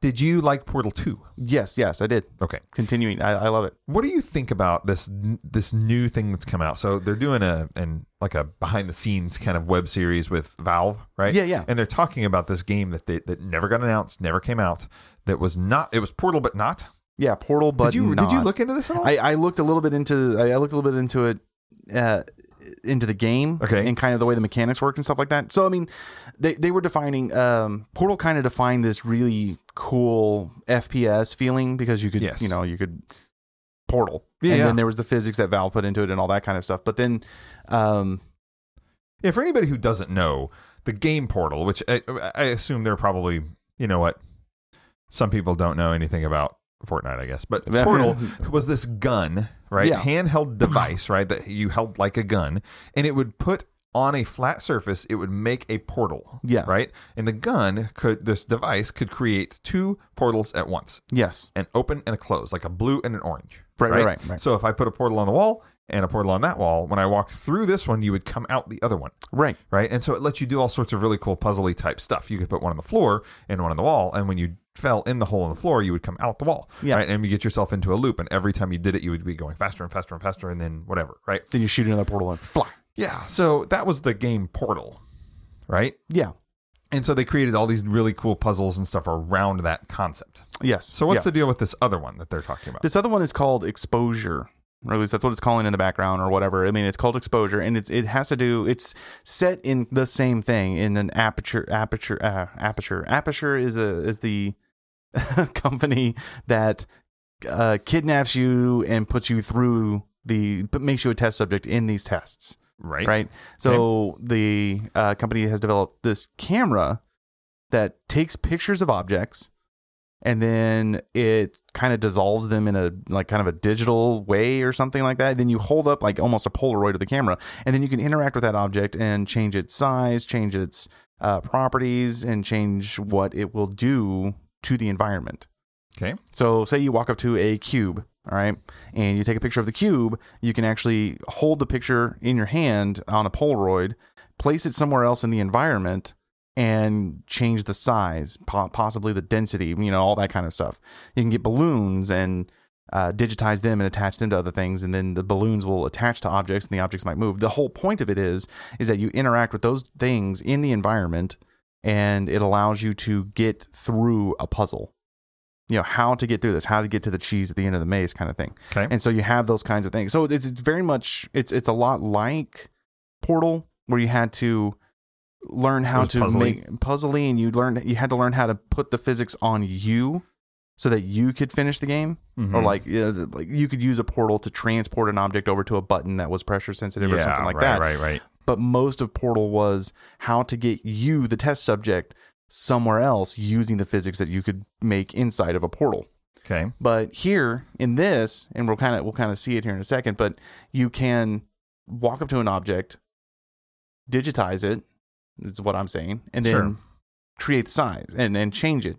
S1: Did you like Portal 2?
S2: Yes, yes, I did.
S1: Okay.
S2: Continuing, I, I love it.
S1: What do you think about this this new thing that's come out? So they're doing a and like a behind the scenes kind of web series with Valve, right?
S2: Yeah, yeah.
S1: And they're talking about this game that they, that never got announced, never came out. That was not it was Portal, but not.
S2: Yeah, Portal, but
S1: did you
S2: not.
S1: did you look into this at all?
S2: I, I looked a little bit into I I looked a little bit into it uh, into the game
S1: Okay.
S2: and kind of the way the mechanics work and stuff like that. So I mean, they they were defining um, Portal kind of defined this really cool FPS feeling because you could
S1: Yes.
S2: you know you could Portal
S1: Yeah,
S2: and
S1: yeah.
S2: then there was the physics that Valve put into it and all that kind of stuff. But then um,
S1: Yeah, for anybody who doesn't know, the game portal, which I, I assume they're probably, you know what, some people don't know anything about Fortnite, I guess, but portal was this gun, right?
S2: Yeah.
S1: Handheld device, right? That you held like a gun, and it would put on a flat surface, it would make a portal,
S2: Yeah.
S1: right? And the gun could, this device could create two portals at once,
S2: yes,
S1: an open and a close, like a blue and an orange.
S2: Right, right, right, right.
S1: So if I put a portal on the wall and a portal on that wall, when I walked through this one, you would come out the other one
S2: right,
S1: right? And so it lets you do all sorts of really cool puzzly type stuff. You could put one on the floor and one on the wall, and when you fell in the hole in the floor, you would come out the wall,
S2: Yeah.
S1: right? And you get yourself into a loop, and every time you did it, you would be going faster and faster and faster, and then whatever, right?
S2: then you shoot another portal and fly.
S1: Yeah. So that was the game Portal, right?
S2: Yeah.
S1: And so they created all these really cool puzzles and stuff around that concept.
S2: Yes.
S1: So what's the deal with this other one that they're talking about?
S2: This other one is called Exposure, or at least that's what it's calling in the background or whatever. I mean, it's called Exposure, and it's it has to do. It's set in the same thing in an aperture, aperture, uh, aperture. Aperture is a is the company that uh, kidnaps you and puts you through the but makes you a test subject in these tests
S1: right.
S2: right? So the uh, company has developed this camera that takes pictures of objects, and then it kind of dissolves them in a like kind of a digital way or something like that. Then you hold up like almost a Polaroid of the camera, and then you can interact with that object and change its size, change its uh, properties, and change what it will do to the environment.
S1: Okay.
S2: So, say you walk up to a cube, all right, and you take a picture of the cube, you can actually hold the picture in your hand on a Polaroid, place it somewhere else in the environment, and change the size, po- possibly the density, you know, all that kind of stuff. You can get balloons and uh, digitize them and attach them to other things, and then the balloons will attach to objects, and the objects might move. The whole point of it is is that you interact with those things in the environment, and it allows you to get through a puzzle you know how to get through this how to get to the cheese at the end of the maze kind of thing
S1: Okay.
S2: and so you have those kinds of things so it's, it's very much it's it's a lot like portal where you had to learn how
S1: was
S2: to
S1: puzzly.
S2: make puzzly and you learned you had to learn how to put the physics on you so that you could finish the game or
S1: Mhm.
S2: like, yeah, the- like you could use a portal to transport an object over to a button that was pressure sensitive or
S1: Mm-hmm. Yeah,
S2: something like
S1: right,
S2: that
S1: Right. Right.
S2: but most of Portal was how to get you, the test subject, somewhere else using the physics that you could make inside of a portal.
S1: Okay.
S2: But here in this, and we'll kind of we'll kind of see it here in a second, but you can walk up to an object, digitize it, is what I'm saying, and then
S1: Sure.
S2: create the size and, and change it.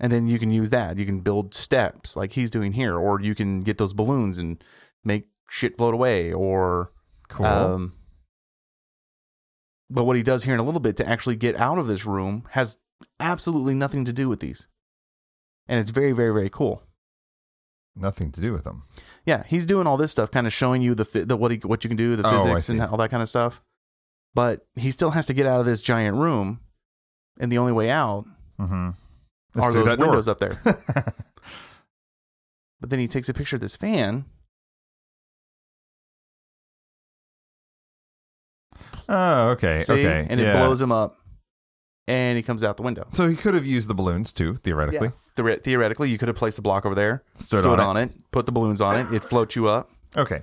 S2: And then you can use that. You can build steps like he's doing here, or you can get those balloons and make shit float away, or
S1: Cool.
S2: um, but what he does here in a little bit to actually get out of this room has absolutely nothing to do with these. And it's very, very, very cool.
S1: Nothing to do with them.
S2: Yeah, he's doing all this stuff, kind of showing you the, fi- the what he, what you can do, the
S1: Oh, I
S2: physics, and
S1: see.
S2: all that kind of stuff. But he still has to get out of this giant room, and the only way out
S1: Mm-hmm.
S2: are those windows up there. But then he takes a picture of this fan.
S1: Oh, okay.
S2: see?
S1: Okay.
S2: And it
S1: yeah.
S2: blows him up, and he comes out the window.
S1: So he could have used the balloons too, theoretically.
S2: Theore- theoretically, you could have placed a block over there,
S1: Stood
S2: stood,
S1: on
S2: on, it. put the balloons on it, it floats you up.
S1: Okay.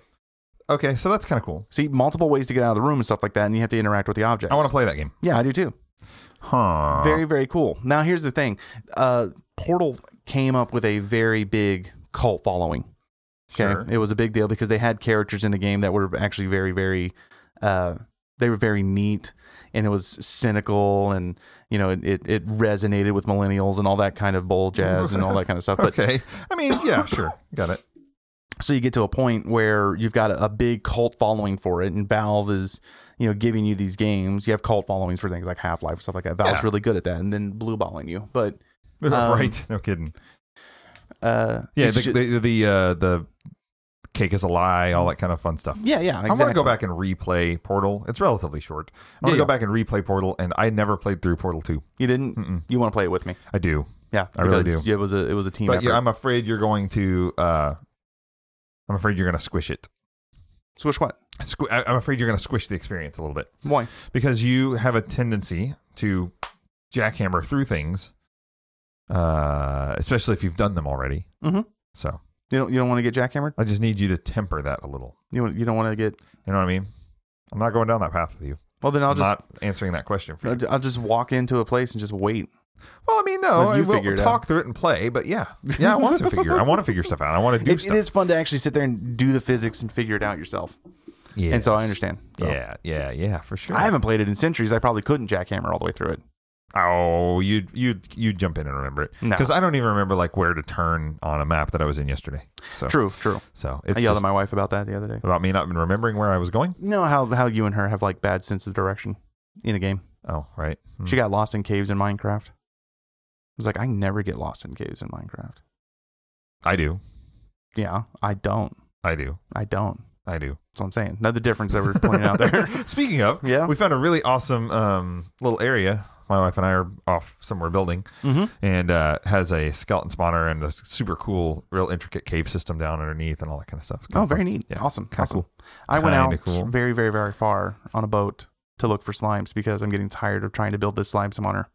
S1: Okay. So that's kind of cool.
S2: See, multiple ways to get out of the room and stuff like that, and you have to interact with the objects.
S1: I want to play that game.
S2: Yeah, I do too.
S1: Huh.
S2: Very, very cool. Now, here's the thing uh, Portal came up with a very big cult following. Okay.
S1: Sure.
S2: It was a big deal because they had characters in the game that were actually very, very, uh, they were very neat and it was cynical and, you know, it, it, it resonated with millennials and all that kind of bull jazz and all that kind of stuff. But
S1: okay. I mean, yeah, sure. Got it.
S2: so you get to a point where you've got a, a big cult following for it and valve is you know giving you these games you have cult followings for things like half-life and stuff like that valve's
S1: Yeah.
S2: really good at that and then blue balling you but Um,
S1: right. No kidding.
S2: Uh,
S1: Yeah,
S2: it's
S1: the,
S2: ju-
S1: the the uh, the cake is a lie, all that kind of fun stuff.
S2: yeah, yeah. Exactly.
S1: I want to go back and replay Portal. It's relatively short. I want to
S2: Yeah,
S1: go
S2: yeah.
S1: back and replay Portal, and I never played through Portal Two.
S2: You didn't.
S1: Mm-mm.
S2: You want to play it with me?
S1: I do,
S2: Yeah,
S1: Hmm. I really
S2: because It was a it was a team
S1: but
S2: effort.
S1: yeah, I'm afraid you're going to. Uh, I'm afraid you're going to squish it.
S2: Switch what?
S1: Squ- I- I'm afraid you're going to squish the experience a little bit
S2: Why?
S1: because you have a tendency to jackhammer through things, uh, especially if you've done them already.
S2: Mhm.
S1: So
S2: You don't you don't want to get jackhammered?
S1: I just need you to temper that a little.
S2: You don't- you don't want to get?
S1: You know what I mean? I'm not going down that path with you.
S2: Well, then I'll
S1: I'm
S2: just
S1: not answering that question for you.
S2: I'll- I'll just walk into a place and just wait.
S1: Well, I mean, no,
S2: Well, you
S1: we'll
S2: figure it
S1: talk through it and play, but yeah, yeah, I want to figure, I want to figure stuff out. I want to do
S2: It,
S1: stuff.
S2: it is fun to actually sit there and do the physics and figure it out yourself. And so I
S1: Yes.
S2: understand. So.
S1: Yeah, yeah, yeah, for sure.
S2: I haven't played it in centuries. I probably couldn't jackhammer all the way through it.
S1: Oh, you you you jump in and remember it
S2: No.
S1: because I don't even remember like where to turn on a map that I was in yesterday. So
S2: True, true.
S1: So it's
S2: I yelled
S1: just
S2: at my wife about that the other day.
S1: about me not even remembering where I was going.
S2: You know how how you and her have like bad sense of direction in a game.
S1: Oh, right. Hmm.
S2: She got lost in caves in Minecraft. I was like, I never get lost in caves in Minecraft.
S1: I do.
S2: Yeah, I don't.
S1: I do.
S2: I don't.
S1: I do.
S2: That's what I'm saying. Another difference that we're pointing out there.
S1: Speaking of,
S2: Yeah.
S1: we found a really awesome um, little area. My wife and I are off somewhere building,
S2: Mm-hmm.
S1: and uh, has a skeleton spawner and a s- super cool, real intricate cave system down underneath and all that kind of stuff. It's kinda
S2: Oh, very
S1: fun.
S2: neat.
S1: Yeah.
S2: Awesome.
S1: Kinda
S2: awesome.
S1: cool.
S2: I went
S1: Kinda
S2: out
S1: cool.
S2: very, very, very far on a boat to look for slimes because I'm getting tired of trying to build this slime spawner.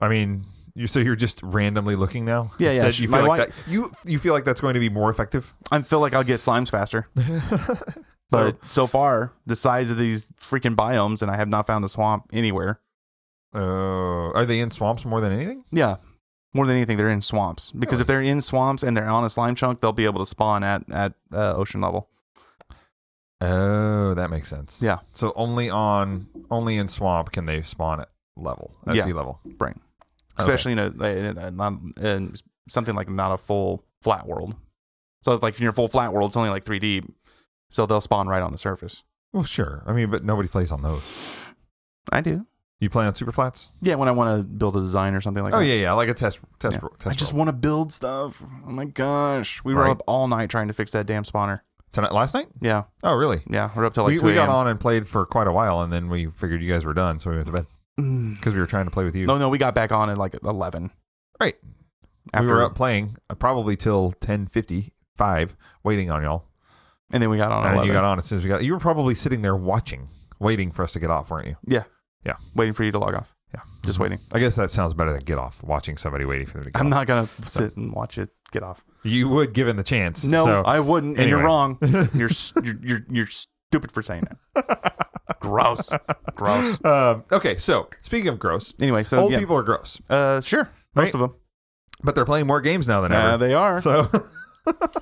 S1: I mean, you so you're just randomly looking now.
S2: Yeah, yeah,
S1: Instead,
S2: she-
S1: You feel
S2: my
S1: like that, you you feel like that's going to be more effective.
S2: I feel like I'll get slimes faster.
S1: so,
S2: But so far, the size of these freaking biomes, and I have not found a swamp anywhere.
S1: uh, are they in swamps more than anything?
S2: Yeah. More than anything, they're in swamps because if they're in swamps and they're on a slime chunk, they'll be able to spawn at at uh, ocean level.
S1: Oh, that makes sense.
S2: Yeah.
S1: So only on only in swamp can they spawn at level at
S2: Yeah.
S1: sea level.
S2: Right. especially in a, in a not in something like not a full flat world. So it's like in your full flat world, it's only like three deep, so they'll spawn right on the surface.
S1: Well, sure. I mean, but nobody plays on those.
S2: I do.
S1: You play on super flats?
S2: Yeah, when I want to build a design or something like
S1: oh
S2: that.
S1: yeah, yeah. Like a test test
S2: Yeah.
S1: ro-
S2: I
S1: test.
S2: just
S1: roll.
S2: want to build stuff. Oh my gosh, we were
S1: Right.
S2: up all night trying to fix that damn spawner.
S1: tonight last night.
S2: Yeah,
S1: Oh, really?
S2: yeah, we're up till like
S1: we,
S2: two
S1: we got
S2: a.m.
S1: on and played for quite a while, and then we figured you guys were done, so we went to bed
S2: Mm.
S1: because we were trying to play with you.
S2: No, no, we got back on at like eleven.
S1: Right.
S2: After,
S1: we were up playing uh, probably till ten fifty five, waiting on y'all.
S2: and then we got on. At
S1: And then
S2: 11,
S1: you got on as soon as we got. You were probably sitting there watching, waiting for us to get off, weren't you?
S2: waiting for you to log off.
S1: Yeah.
S2: just waiting.
S1: Mm-hmm. I guess that sounds better than get off, watching somebody waiting for them to get
S2: I'm
S1: off.
S2: not gonna sit and watch it get off.
S1: You would, given the chance.
S2: No,
S1: So,
S2: I wouldn't. And you're
S1: anyway.
S2: wrong. You're, s- you're you're you're stupid for saying that. gross, gross.
S1: um, okay. So speaking of gross,
S2: Anyway, so
S1: old
S2: yeah.
S1: people are gross,
S2: Uh, sure, most
S1: Right?
S2: of them.
S1: but they're playing more games now than
S2: Uh,
S1: ever.
S2: they are
S1: so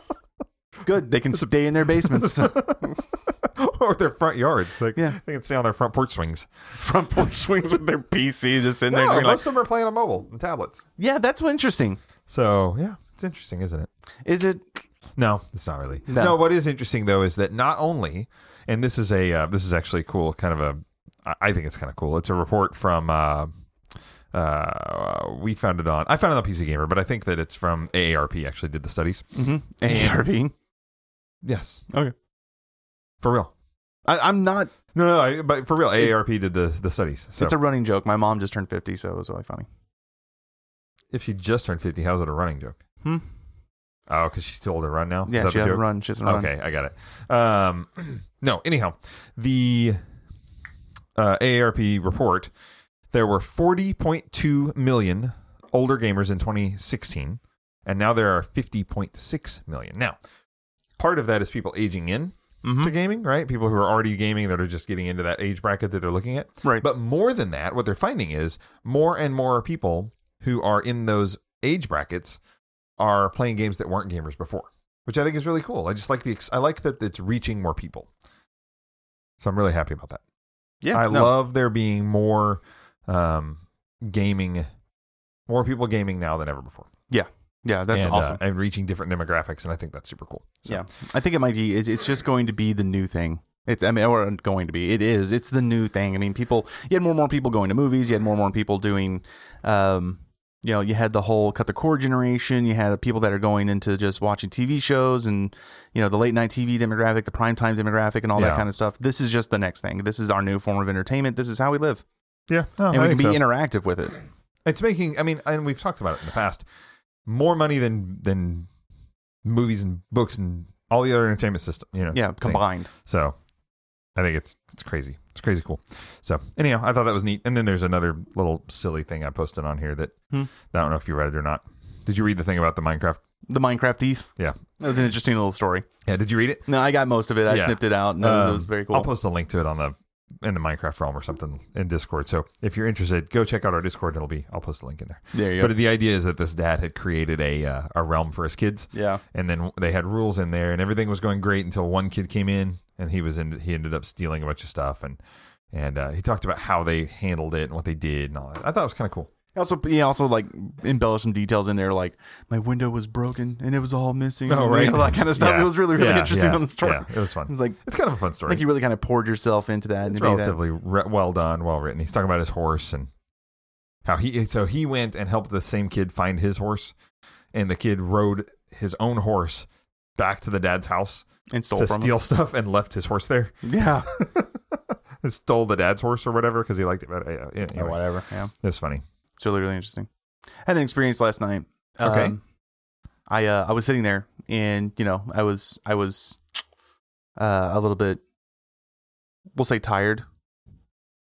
S2: good. They can stay in their basements,
S1: or their front yards. They,
S2: Yeah.
S1: they can stay on their front porch swings.
S2: front porch swings with their PC just in there.
S1: No,
S2: doing
S1: most
S2: like,
S1: of them are playing on mobile and tablets.
S2: yeah, that's what interesting.
S1: So yeah, it's interesting, isn't it?
S2: Is it?
S1: No, it's not really. No.
S2: No.
S1: what is interesting though is that not only, and this is a uh, this is actually cool, kind of a, I- I think it's kind of cool. It's a report from. Uh, uh, we found it on. I found it on PC Gamer, but I think that it's from AARP. Actually, did the studies.
S2: Mm-hmm. ARB.
S1: Yes,
S2: Okay.
S1: for real.
S2: I, I'm not.
S1: No, no, I, but for real, AARP did the the studies. So
S2: It's a running joke. My mom just turned 50, so it was really funny.
S1: if she just turned fifty, how's it a running joke?
S2: Hmm?
S1: Oh, because she's too old to run now. Is
S2: Yeah,
S1: that
S2: she
S1: the
S2: hasn't
S1: joke?
S2: run. She hasn't run.
S1: Okay, I got it. Um, no, anyhow, the uh, AARP report there were 40.2 million older gamers in 2016, and now there are 50.6 million. Now, part of that is people aging in
S2: Mhm.
S1: to gaming, right? People who are already gaming that are just getting into that age bracket that they're looking at.
S2: Right.
S1: But more than that, what they're finding is more and more people who are in those age brackets are playing games that weren't gamers before, which I think is really cool. I just like the ex- I like that it's reaching more people. So I'm really happy about that.
S2: yeah,
S1: I
S2: no.
S1: love there being more um, gaming, more people gaming now than ever before.
S2: Yeah, that's
S1: And, uh,
S2: awesome.
S1: and reaching different demographics, and I think that's super cool. So,
S2: Yeah, I think it might be. It, it's just going to be the new thing. It's I mean, or going to be. It is. It's the new thing. I mean, people. You had more and more people going to movies. You had more and more people doing, um, you know, you had the whole cut the cord generation. You had people that are going into just watching TV shows and, you know, the late night TV demographic, the primetime demographic, and all
S1: Yeah.
S2: that kind of stuff. This is just the next thing. This is our new form of entertainment. This is how we live.
S1: Yeah, no,
S2: And
S1: Oh, I
S2: we
S1: think
S2: can be
S1: so.
S2: interactive with it.
S1: it's making. I mean, and we've talked about it in the past. More money than than movies and books and all the other entertainment system. You know,
S2: Yeah,
S1: things.
S2: combined.
S1: So I think it's it's crazy. It's crazy cool. So anyhow, I thought that was neat. And then there's another little silly thing I posted on here that
S2: Hmm.
S1: I don't know if you read it or not. Did you read the thing about the Minecraft?
S2: The Minecraft Thief.
S1: Yeah.
S2: That was an interesting little story.
S1: Yeah, did you read it?
S2: No, I got most of it. I
S1: Yeah.
S2: snipped it out. No, it
S1: Um,
S2: was very
S1: I'll
S2: cool.
S1: post a link to it on the in the Minecraft realm or something in Discord. So if you're interested, go check out our Discord. It'll be I'll post a link in there.
S2: There you go.
S1: But the idea is that this dad had created a uh, a realm for his kids,
S2: yeah.
S1: and then they had rules in there, and everything was going great until one kid came in, and he was in. He ended up stealing a bunch of stuff, and and uh, he talked about how they handled it and what they did and all that. I thought it was kind of cool.
S2: Also, he also like embellished some details in there, like my window was broken and it was all missing.
S1: Oh,
S2: you
S1: right.
S2: know, that kind of stuff.
S1: Yeah.
S2: It was really, really
S1: Yeah,
S2: interesting
S1: yeah,
S2: on the story.
S1: Yeah, it was fun.
S2: It's like
S1: It's kind of a fun
S2: I
S1: story.
S2: think you really kind of poured yourself into that. and
S1: It's
S2: made that-
S1: relatively re- well done, well written. He's talking about his horse and how he so he went and helped the same kid find his horse, and the kid rode his own horse back to the dad's house
S2: and stole
S1: to
S2: from
S1: steal stuff and left his horse there
S2: him. Yeah,
S1: and stole the dad's horse or whatever because he liked it. But uh, yeah,
S2: or
S1: anyway,
S2: whatever. Yeah,
S1: it was funny.
S2: it's really, really interesting. had an experience last night. Um,
S1: Okay.
S2: I uh, I was sitting there, and you know, I was I was uh, a little bit, we'll say tired.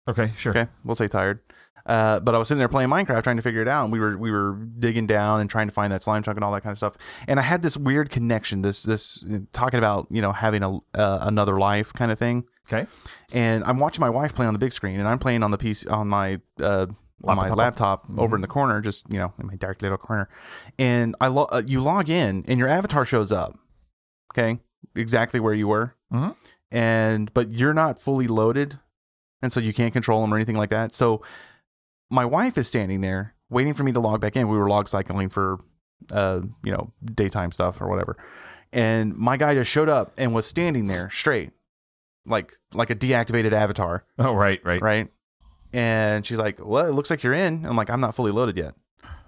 S1: Okay, sure.
S2: Okay, we'll say tired. Uh, but I was sitting there playing Minecraft, trying to figure it out, and we were we were digging down and trying to find that slime chunk and all that kind of stuff. And I had this weird connection, this this talking about you know having a uh, another life kind of thing.
S1: Okay.
S2: And I'm watching my wife play on the big screen, and I'm playing on the piece on my uh, on my
S1: Laptop.
S2: laptop over in the corner, just you know in my dark little corner. And I lo- uh, you log in, and your avatar shows up. Okay, exactly where you were
S1: Mhm.
S2: and but you're not fully loaded and so you can't control them or anything like that so my wife is standing there waiting for me to log back in we were log cycling for uh you know daytime stuff or whatever and my guy just showed up and was standing there straight like like a deactivated avatar
S1: Oh, right, right.
S2: right and she's like well it looks like you're in i'm like i'm not fully loaded yet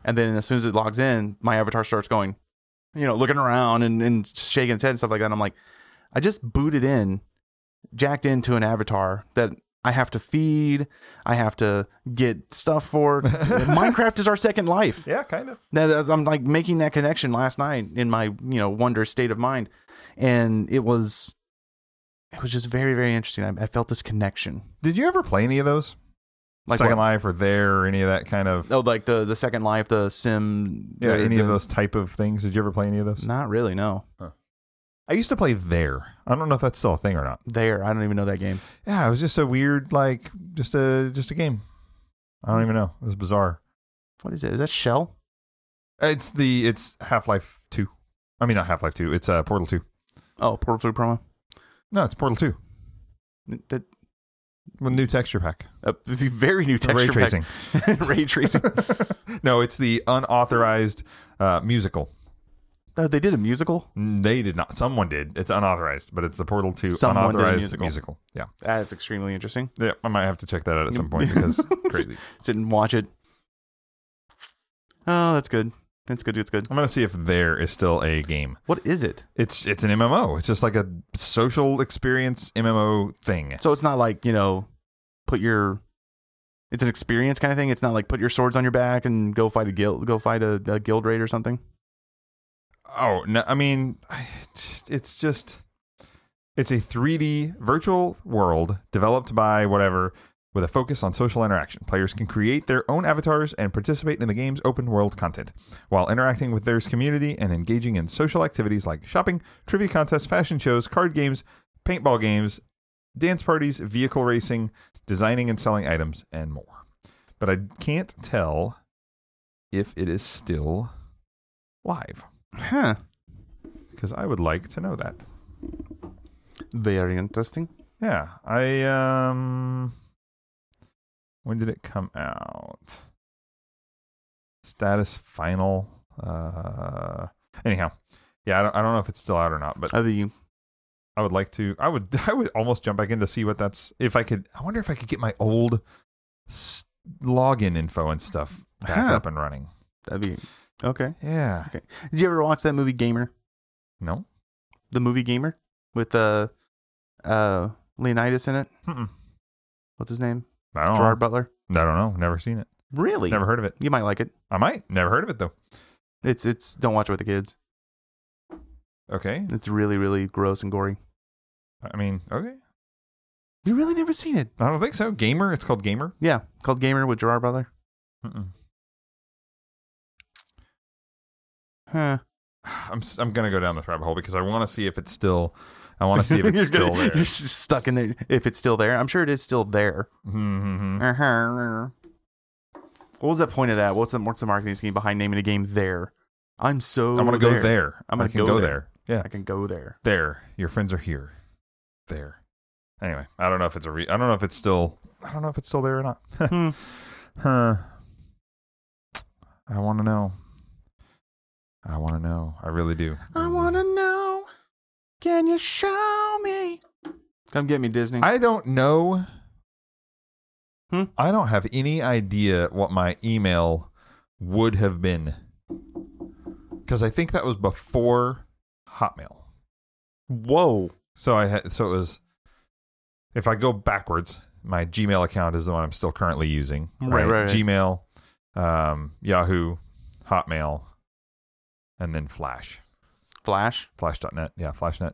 S2: and then as soon as it logs in my avatar starts going you know looking around and, and shaking its head and stuff like that and i'm like i just booted in jacked into an avatar that i have to feed i have to get stuff for minecraft is our second life
S1: Yeah, kind of.
S2: that, that's- I'm like making that connection last night in my you know wonder state of mind, and it was, it was just very very interesting. I, I felt this connection.
S1: Did you ever play any of those?
S2: Like
S1: Second
S2: what-
S1: Life or There or any of that kind of
S2: Oh, like the the second life, the sim.
S1: yeah,
S2: the-
S1: any of
S2: the-
S1: those type of things? Did you ever play any of those?
S2: Not really. No,
S1: I used to play There. I don't know if that's still a thing or not.
S2: there. I don't even know that game.
S1: yeah, it was just a weird, like, just a just a game. I don't even know. It was bizarre.
S2: What is it? Is that Shell?
S1: It's the it's Half Life Two. I mean, not Half Life Two. It's uh, Portal Two.
S2: Oh, Portal Two promo.
S1: No, it's Portal Two.
S2: That
S1: With new texture pack,
S2: uh, it's a very new texture
S1: ray
S2: pack.
S1: tracing.
S2: ray tracing.
S1: no, it's the unauthorized uh, musical.
S2: Oh, they did a musical.
S1: They did not. Someone did. It's unauthorized, but it's the Portal Two
S2: Someone did a
S1: unauthorized
S2: musical.
S1: musical. Yeah,
S2: That's extremely interesting.
S1: yeah. I might have to check that out at some point because crazy.
S2: Didn't watch it. Oh, that's good. That's good. That's good.
S1: I'm gonna see if there is still a game.
S2: What is it?
S1: It's it's an MMO. It's just like a social experience MMO thing.
S2: So it's not like, you know, put your it's an experience kind of thing. It's not like put your swords on your back and go fight a guild go fight a, a guild raid or something.
S1: Oh no! I mean, I- it's just it's a 3D virtual world developed by whatever with a focus on social interaction. Players can create their own avatars and participate in the game's open world content while interacting with their community and engaging in social activities like shopping, trivia contests, fashion shows, card games, paintball games, dance parties, vehicle racing, designing and selling items, and more. But I can't tell if it is still live
S2: Huh.
S1: because I would like to know that.
S2: Very interesting.
S1: Yeah, I um when did it come out? Status final. Uh anyhow. Yeah, I don't, I don't know if it's still out or not, but
S2: Other you
S1: I would like to I would I would almost jump back in to see what that's if I could I wonder if I could get my old s- login info and stuff back
S2: Huh.
S1: up and running.
S2: That'd be okay.
S1: Yeah.
S2: Okay. Did you ever watch that movie Gamer?
S1: No.
S2: The movie Gamer with uh uh Leonidas in it.
S1: Mm-mm.
S2: What's his name?
S1: I don't
S2: Gerard Butler.
S1: know. I don't know. Never seen it.
S2: Really?
S1: Never heard of it.
S2: You might like it.
S1: I might. Never heard of it though.
S2: It's it's don't watch it with the kids.
S1: Okay.
S2: It's really really gross and gory.
S1: I mean, okay.
S2: You really never seen it?
S1: I don't think so. Gamer. It's called Gamer.
S2: Yeah, called Gamer with Gerard Butler.
S1: Mm-mm.
S2: Huh.
S1: I'm s- I'm gonna go down this rabbit hole because I want to see if it's still. I want to see if it's
S2: You're
S1: still
S2: gonna-
S1: there.
S2: You're s- stuck in there. If it's still there, I'm sure it is still there.
S1: Mhm.
S2: Uh-huh. What was that point of that? What's the what's the marketing scheme behind naming a game there? I'm so.
S1: I'm gonna go there.
S2: I'm gonna
S1: I can
S2: go
S1: go
S2: there.
S1: Yeah,
S2: I can go there.
S1: there. Your friends are here. There. Anyway, I don't know if it's a. Re- I don't know if it's still. I don't know if it's still there or not.
S2: Hmm.
S1: Huh. I want to know. I want to know. I really do.
S2: I wanna know. Can you show me? Come get me, Disney.
S1: I don't know.
S2: Mm-hmm. Hmm?
S1: I don't have any idea what my email would have been because I think that was before Hotmail.
S2: Whoa.
S1: So I had so it was. If I go backwards, my Gmail account is the one I'm still currently using.
S2: Right, right, right.
S1: Gmail, um, Yahoo, Hotmail, and then Flash.
S2: Flash.
S1: Flash.net. Yeah, Flashnet.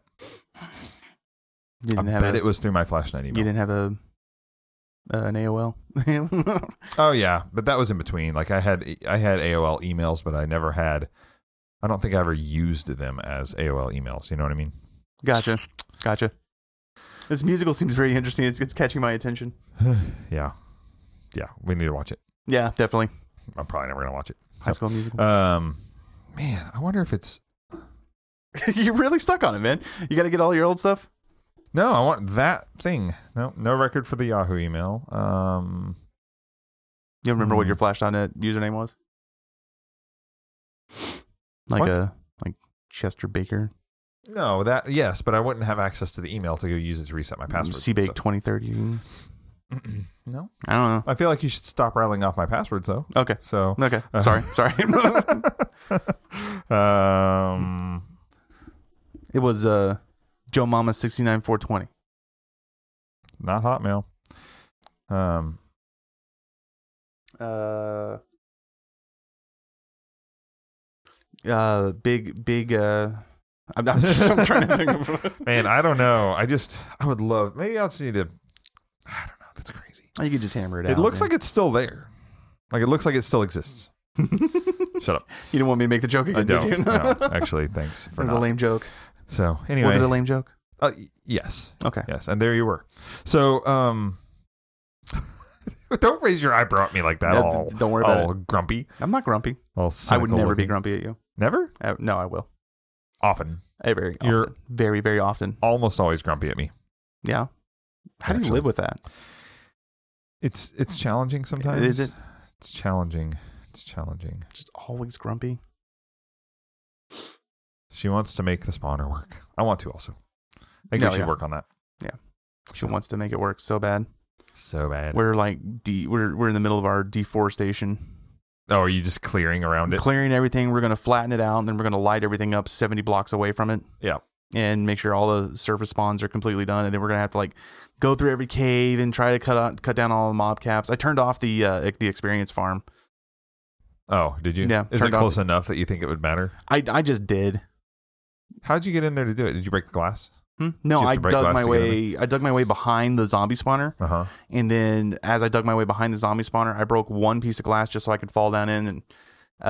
S2: You
S1: I
S2: didn't have
S1: bet
S2: a,
S1: it was through my Flashnet
S2: You
S1: email.
S2: didn't have a uh, an AOL.
S1: Oh yeah, but that was in between. Like I had I had AOL emails, but I never had. I don't think I ever used them as AOL emails. You know what I mean?
S2: gotcha. Gotcha. This musical seems very interesting. It's, it's catching my attention.
S1: Yeah, yeah. We need to watch it.
S2: Yeah, definitely.
S1: I'm probably never gonna watch it.
S2: High School Musical.
S1: Um, man, I wonder if it's
S2: You're really stuck on it, man. You got to get all your old stuff.
S1: no. I want that thing. No, no record for the Yahoo email. Um,
S2: You remember what
S1: Hmm.
S2: your Flash.net username was? Like
S1: What?
S2: a like Chester Baker,
S1: no, that yes, but I wouldn't have access to the email to go use it to reset my password.
S2: Seabake twenty thirty.
S1: So- no,
S2: I don't
S1: I feel like you should stop rattling off my passwords though.
S2: know. Okay,
S1: So
S2: okay.
S1: Uh,
S2: sorry, sorry.
S1: um,
S2: it was uh, Joe Mama sixty nine four twenty.
S1: not Hotmail. Um,
S2: Uh, uh, big big. Uh, I'm, I'm just I'm trying to think of.
S1: man, I don't know. I just, I would love. Maybe I'll just need to. I don't know. That's crazy.
S2: You could just hammer it
S1: It
S2: out.
S1: looks
S2: man.
S1: like it's still there. Like it looks like it still exists. Shut up.
S2: you don't want me to make the joke again.
S1: I
S2: Did you?
S1: don't. no, actually, thanks for
S2: it was a
S1: not.
S2: lame joke.
S1: So anyway,
S2: Was it a lame joke?
S1: uh, y- yes,
S2: Okay.
S1: yes, and there you were. So um, don't raise your eyebrow at me like that.
S2: No,
S1: all,
S2: don't worry about
S1: all grumpy.
S2: it. I'm not grumpy.
S1: All
S2: I would
S1: cynical
S2: never be
S1: looking.
S2: grumpy at you.
S1: Never.
S2: Uh, no, I will.
S1: Often.
S2: Uh, Very often.
S1: You're-
S2: very, very often.
S1: Almost always grumpy at me.
S2: Yeah. How do you
S1: Actually.
S2: live with that?
S1: It's it's challenging sometimes.
S2: Is it
S1: It's challenging. It's challenging.
S2: just always grumpy?
S1: She wants to make the spawner work. I want to also. I think
S2: No,
S1: we should
S2: yeah.
S1: work on that.
S2: Yeah. She
S1: So,
S2: wants to make it work so bad.
S1: so bad.
S2: We're like de- we're we're in the middle of our deforestation,
S1: oh, are you just clearing around it?
S2: clearing everything. We're gonna flatten it out, and then we're gonna light everything up seventy blocks away from it.
S1: Yeah.
S2: and make sure all the surface spawns are completely done, and then we're gonna have to like go through every cave and try to cut out, cut down all the mob caps. I turned off the uh, the experience farm.
S1: Oh, did you?
S2: Yeah,
S1: Is it
S2: turned off-
S1: close enough that you think it would matter?
S2: I I just did.
S1: How'd you get in there to do it? Did you break the glass?
S2: Hmm?
S1: Did you
S2: No,
S1: have
S2: I
S1: to break
S2: dug
S1: glass
S2: my
S1: to get in
S2: way. I dug my way behind the zombie spawner,
S1: Uh huh.
S2: and then as I dug my way behind the zombie spawner, I broke one piece of glass just so I could fall down in and uh,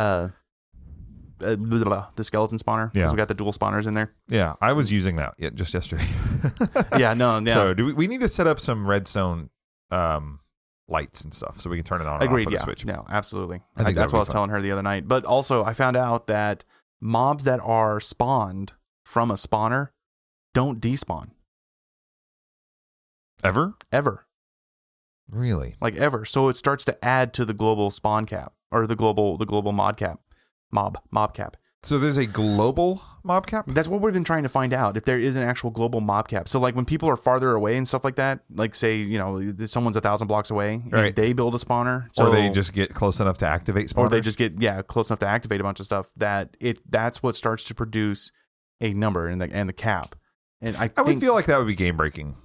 S2: uh blah, blah, blah, the skeleton spawner. 'cause
S1: Yeah.
S2: we got the dual spawners in there.
S1: Yeah, I was using that yet just yesterday.
S2: yeah, no, no.
S1: So uh, do we, we need to set up some redstone um, lights and stuff so we can turn it on and off
S2: Agreed.
S1: with
S2: Yeah.
S1: a switch.
S2: No, absolutely.
S1: I think
S2: I- that's
S1: that would
S2: what I
S1: be
S2: was
S1: fun.
S2: telling her the other night. But also, I found out that mobs that are spawned from a spawner don't despawn
S1: Ever?
S2: ever,
S1: Really?
S2: like ever. So it starts to add to the global spawn cap or the global the global mod cap, mob mob cap.
S1: So there's a global mob cap.
S2: That's what we've been trying to find out if there is an actual global mob cap. So, like when people are farther away and stuff like that, like say, you know, someone's a thousand blocks away, and
S1: Right.
S2: they build a spawner.
S1: or
S2: so-
S1: they just get close enough to activate spawners.
S2: or they just get yeah close enough to activate a bunch of stuff that it that's what starts to produce a number and the and the cap. And I,
S1: I would
S2: think
S1: feel like that would be game breaking.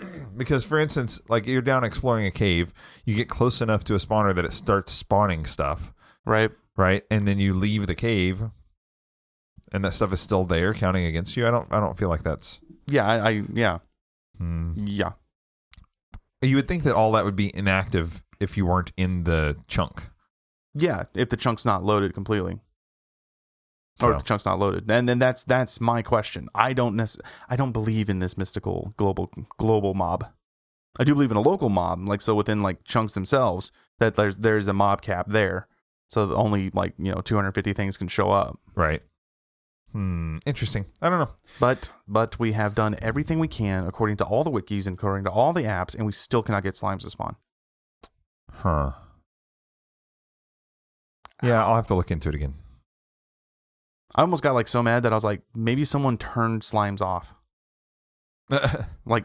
S1: Because, for instance, like you're down exploring a cave, you get close enough to a spawner that it starts spawning stuff,
S2: right.
S1: right? And then you leave the cave, and that stuff is still there, counting against you. I don't, I don't feel like that's.
S2: Yeah, I, I yeah
S1: Hmm.
S2: yeah
S1: You would think that all that would be inactive if you weren't in the chunk.
S2: yeah if the chunk's not loaded completely or
S1: So,
S2: if the chunk's not loaded, and then that's that's my question. I don't nec- I don't believe in this mystical global global mob. I do believe in a local mob, like so within like chunks themselves that there's there's a mob cap there, so that only like you know 250 things can show up.
S1: right. Hmm. Interesting. I don't know.
S2: But but we have done everything we can according to all the wikis and according to all the apps, and we still cannot get slimes to spawn.
S1: Huh. Yeah, I'll have to look into it again.
S2: I almost got like so mad that I was like, maybe someone turned slimes off. Like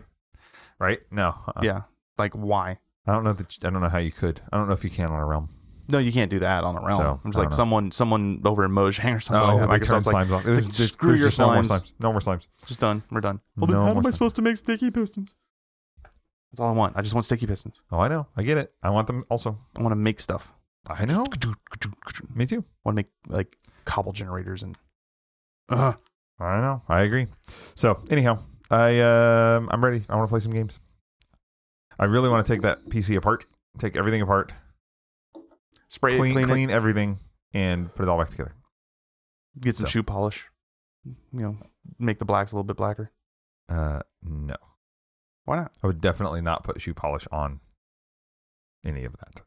S1: right? No. uh-uh.
S2: yeah, like why?
S1: I don't know that I don't know how you could. I don't know if you can on a realm.
S2: No, you can't do that on a realm.
S1: So,
S2: I'm just
S1: I don't
S2: like
S1: know.
S2: someone someone over in Mojang or something. like that.
S1: they
S2: Like, so I
S1: turn
S2: was like,
S1: Oh, slimes on. There's,
S2: like,
S1: there's-
S2: screw
S1: there's
S2: your
S1: just no more
S2: slimes.
S1: slimes. No more slimes.
S2: just done. We're done. Well, then
S1: No
S2: how
S1: more
S2: am I
S1: slimes.
S2: supposed to make sticky pistons? That's all I want. I just want sticky pistons.
S1: Oh, I know. I get it. I want them also.
S2: I want to make stuff.
S1: I know. Me too.
S2: want to make like cobble generators and.
S1: Uh-huh.
S2: Ugh.
S1: I know. I agree. So anyhow, I um, I'm ready. I want to play some games. I really want to take that PC apart, take everything apart,
S2: spray
S1: clean
S2: it, clean, it.
S1: clean everything, and put it all back together.
S2: get some
S1: So.
S2: shoe polish. You know, make the blacks a little bit blacker.
S1: Uh, no,
S2: Why not?
S1: I would definitely not put shoe polish on any of that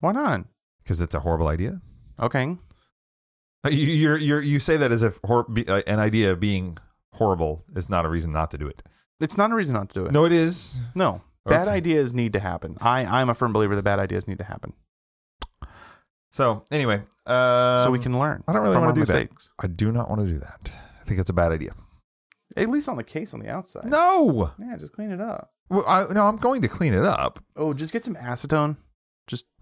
S2: Why not?
S1: because it's a horrible idea.
S2: Okay.
S1: Uh, You you're, you're, you say that as if hor- be, uh, an idea of being horrible is not a reason not to do it.
S2: It's not a reason not to do it.
S1: No, it is.
S2: No. Bad
S1: Okay.
S2: ideas need to happen. I, I'm a firm believer that bad ideas need to happen.
S1: So anyway, uh,
S2: so we can learn.
S1: I don't really
S2: from
S1: wanna
S2: our
S1: do that.
S2: mistakes.
S1: I do not want to do that. I think it's a bad idea.
S2: At least on the case on the outside.
S1: No,
S2: Yeah, just clean it up.
S1: well, I, no, I'm going to clean it up.
S2: Oh, just get some acetone.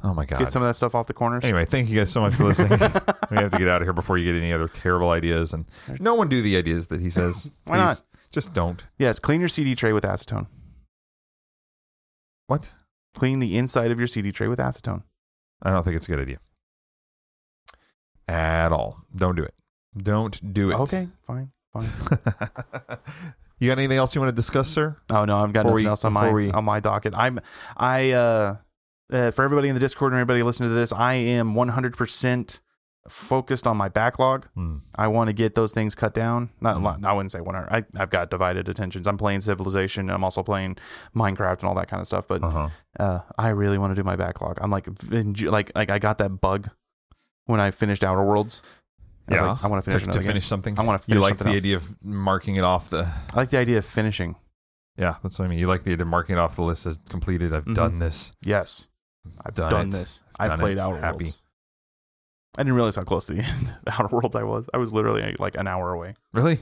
S1: Oh my god.
S2: Get some of that stuff off the corners.
S1: Anyway, thank you guys so much for listening. we have to get out of here before you get any other terrible ideas, and no one do the ideas that he says.
S2: Why not?
S1: Please, Just don't.
S2: Yes, clean your CD tray with acetone.
S1: What?
S2: Clean the inside of your CD tray with acetone.
S1: I don't think it's a good idea at all. Don't do it. Don't do it.
S2: Okay, fine, fine.
S1: you got anything else you want to discuss, sir?
S2: Oh no, I've got
S1: Before
S2: nothing
S1: we-
S2: else on my
S1: before we-
S2: on my docket. I'm I uh, uh for everybody in the Discord and everybody listening to this, I am 100% focused on my backlog.
S1: Hmm.
S2: I want to get those things cut down. Not,
S1: Mm-hmm.
S2: not I wouldn't say 100. I I've got divided attentions. I'm playing Civilization, I'm also playing Minecraft and all that kind of stuff, but
S1: Uh-huh.
S2: uh, I really want to do my backlog. I'm like, v- enj- like, like I got that bug when I finished Outer Worlds. I was
S1: Yeah.
S2: like, I want to finish
S1: to,
S2: another
S1: to
S2: game.
S1: finish something.
S2: I want to
S1: you
S2: finish
S1: like the
S2: something else.
S1: idea of marking it off the.
S2: I like the idea of finishing.
S1: Yeah, that's what I mean. You like the idea of marking it off the list as completed. I've
S2: Mhm.
S1: done this.
S2: Yes, I've
S1: Done
S2: done,
S1: it.
S2: this.
S1: I've
S2: I've,
S1: done
S2: played
S1: it.
S2: Outer
S1: Happy.
S2: Worlds. I didn't realize how close to the end of Outer Worlds I was. I was literally like an hour away
S1: Really?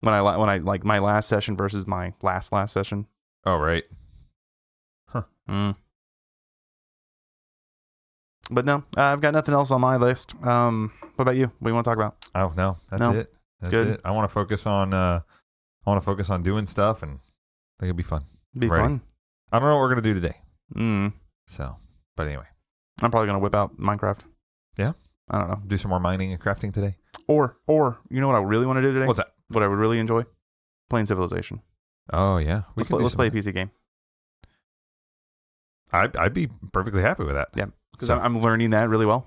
S2: when I la- when I like my last session versus my last last session.
S1: Oh, right.
S2: Mm. But no, uh, I've got nothing else on my list. Um, what about you? What do you want to talk about?
S1: Oh no, that's
S2: No.
S1: it. That's
S2: Good.
S1: it. I want to focus on. uh I want to focus on doing stuff, and I think it'll be fun.
S2: Be
S1: Ready.
S2: fun.
S1: I don't know what we're gonna do today.
S2: Mm.
S1: So, but anyway,
S2: I'm probably gonna whip out Minecraft.
S1: Yeah?
S2: I don't know.
S1: do some more mining and crafting today.
S2: Or or you know what I really want to do today?
S1: What's that?
S2: what I would really enjoy? Playing Civilization.
S1: Oh yeah, we
S2: Let's
S1: can
S2: play,
S1: do
S2: let's play a
S1: some-
S2: PC game
S1: I'd, I'd be perfectly happy with that.
S2: because
S1: So-
S2: I'm, I'm learning that really well,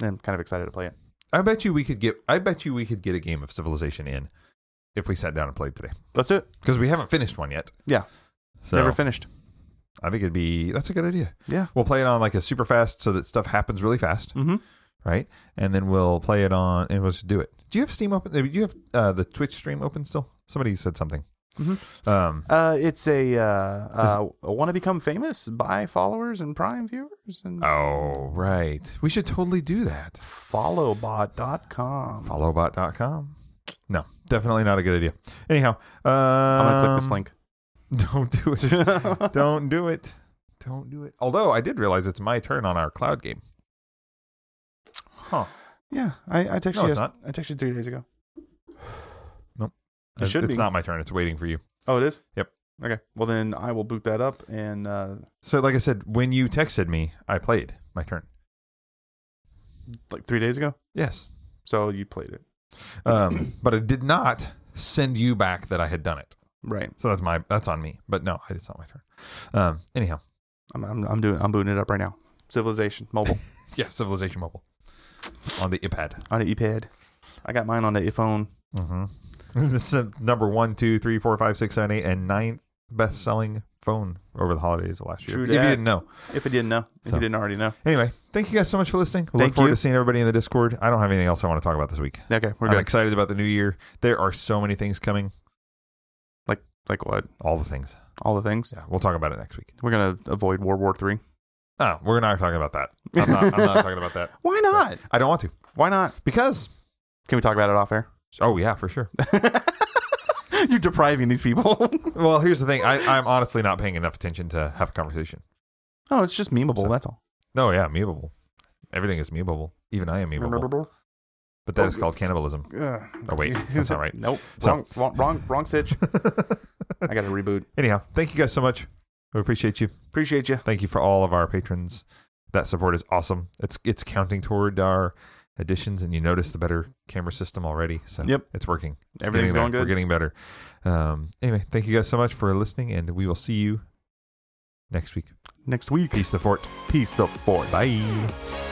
S2: and I'm kind of excited to play it.
S1: I bet you we could get. I bet you we could get a game of Civilization in if we sat down and played today
S2: Let's do it.
S1: because we haven't finished one yet.
S2: Yeah.
S1: So
S2: Never finished.
S1: I think it'd be that's a good idea.
S2: Yeah.
S1: We'll play it on like a super fast so that stuff happens really fast,
S2: Mm-hmm.
S1: right? And then we'll play it on and we'll just do it. Do you have Steam open? Do you have uh, the Twitch stream open still? Somebody said something. Um,
S2: Uh, it's a uh, uh, want to become famous by followers and Prime viewers and
S1: oh, right. We should totally do that.
S2: followbot.com.
S1: Followbot.com. No, definitely not a good idea. Anyhow, um,
S2: I'm gonna click this link.
S1: Don't do it.
S2: Um,
S1: don't do it. Don't do it. Although I did realize it's my turn on our cloud game. Huh.
S2: Yeah, I, I texted
S1: No,
S2: you.
S1: it's
S2: yes-
S1: not.
S2: I texted you three days ago. It
S1: Uh,
S2: should
S1: it's
S2: be.
S1: not my turn. It's waiting for you.
S2: Oh, it is.
S1: Yep.
S2: Okay. Well, then I will boot that up and uh,
S1: So, like I said, when you texted me, I played my turn.
S2: like three days ago.
S1: Yes.
S2: So you played it,
S1: Um, but I did not send you back that I had done it.
S2: right?
S1: So that's my that's on me. But no, it's not my turn. Um, anyhow,
S2: I'm, I'm, I'm doing. I'm booting it up right now. Civilization mobile
S1: yeah, Civilization Mobile on the iPad.
S2: on the iPad. I got mine on the iPhone.
S1: Mm-hmm. this is number one, two, three, four, five, six, seven, eight, and ninth best selling phone over the holidays of last year.
S2: True
S1: if you
S2: that.
S1: didn't know.
S2: If you didn't know, if
S1: So.
S2: you didn't already know.
S1: Anyway, thank you guys so much for listening. We
S2: Thank
S1: look forward
S2: you.
S1: to seeing everybody in the Discord. I don't have anything else I want to talk about this week.
S2: Okay, we're
S1: I'm
S2: good.
S1: excited about the new year. There are so many things coming.
S2: Like what?
S1: All the things.
S2: All the things.
S1: Yeah, we'll talk about it next week.
S2: We're gonna avoid World War Three.
S1: No, we're not talking about that. I'm not, I'm not talking about that.
S2: Why not?
S1: I don't want to
S2: Why not?
S1: because
S2: Can we talk about it off air?
S1: oh yeah, for sure.
S2: You're depriving these people.
S1: Well, here's the thing. I, I'm honestly not paying enough attention to have a conversation.
S2: oh, it's just memeable.
S1: So-
S2: that's all.
S1: No, yeah, memeable. Everything is memeable. Even I am memeable. But that is called cannibalism. Oh, wait, that's not right.
S2: nope.
S1: So-
S2: Wrong, wrong, wrong, wrong stitch. I got to reboot.
S1: Anyhow, thank you guys so much. We appreciate you.
S2: Appreciate you.
S1: Thank you for all of our patrons. That support is awesome. It's it's counting toward our additions, and you notice the better camera system already. So
S2: Yep.
S1: it's working. It's
S2: Everything's
S1: getting
S2: going
S1: there.
S2: good.
S1: We're getting better. Um, anyway, thank you guys so much for listening, and we will see you next week.
S2: Next week.
S1: Peace the fort.
S2: Peace the fort.
S1: Bye.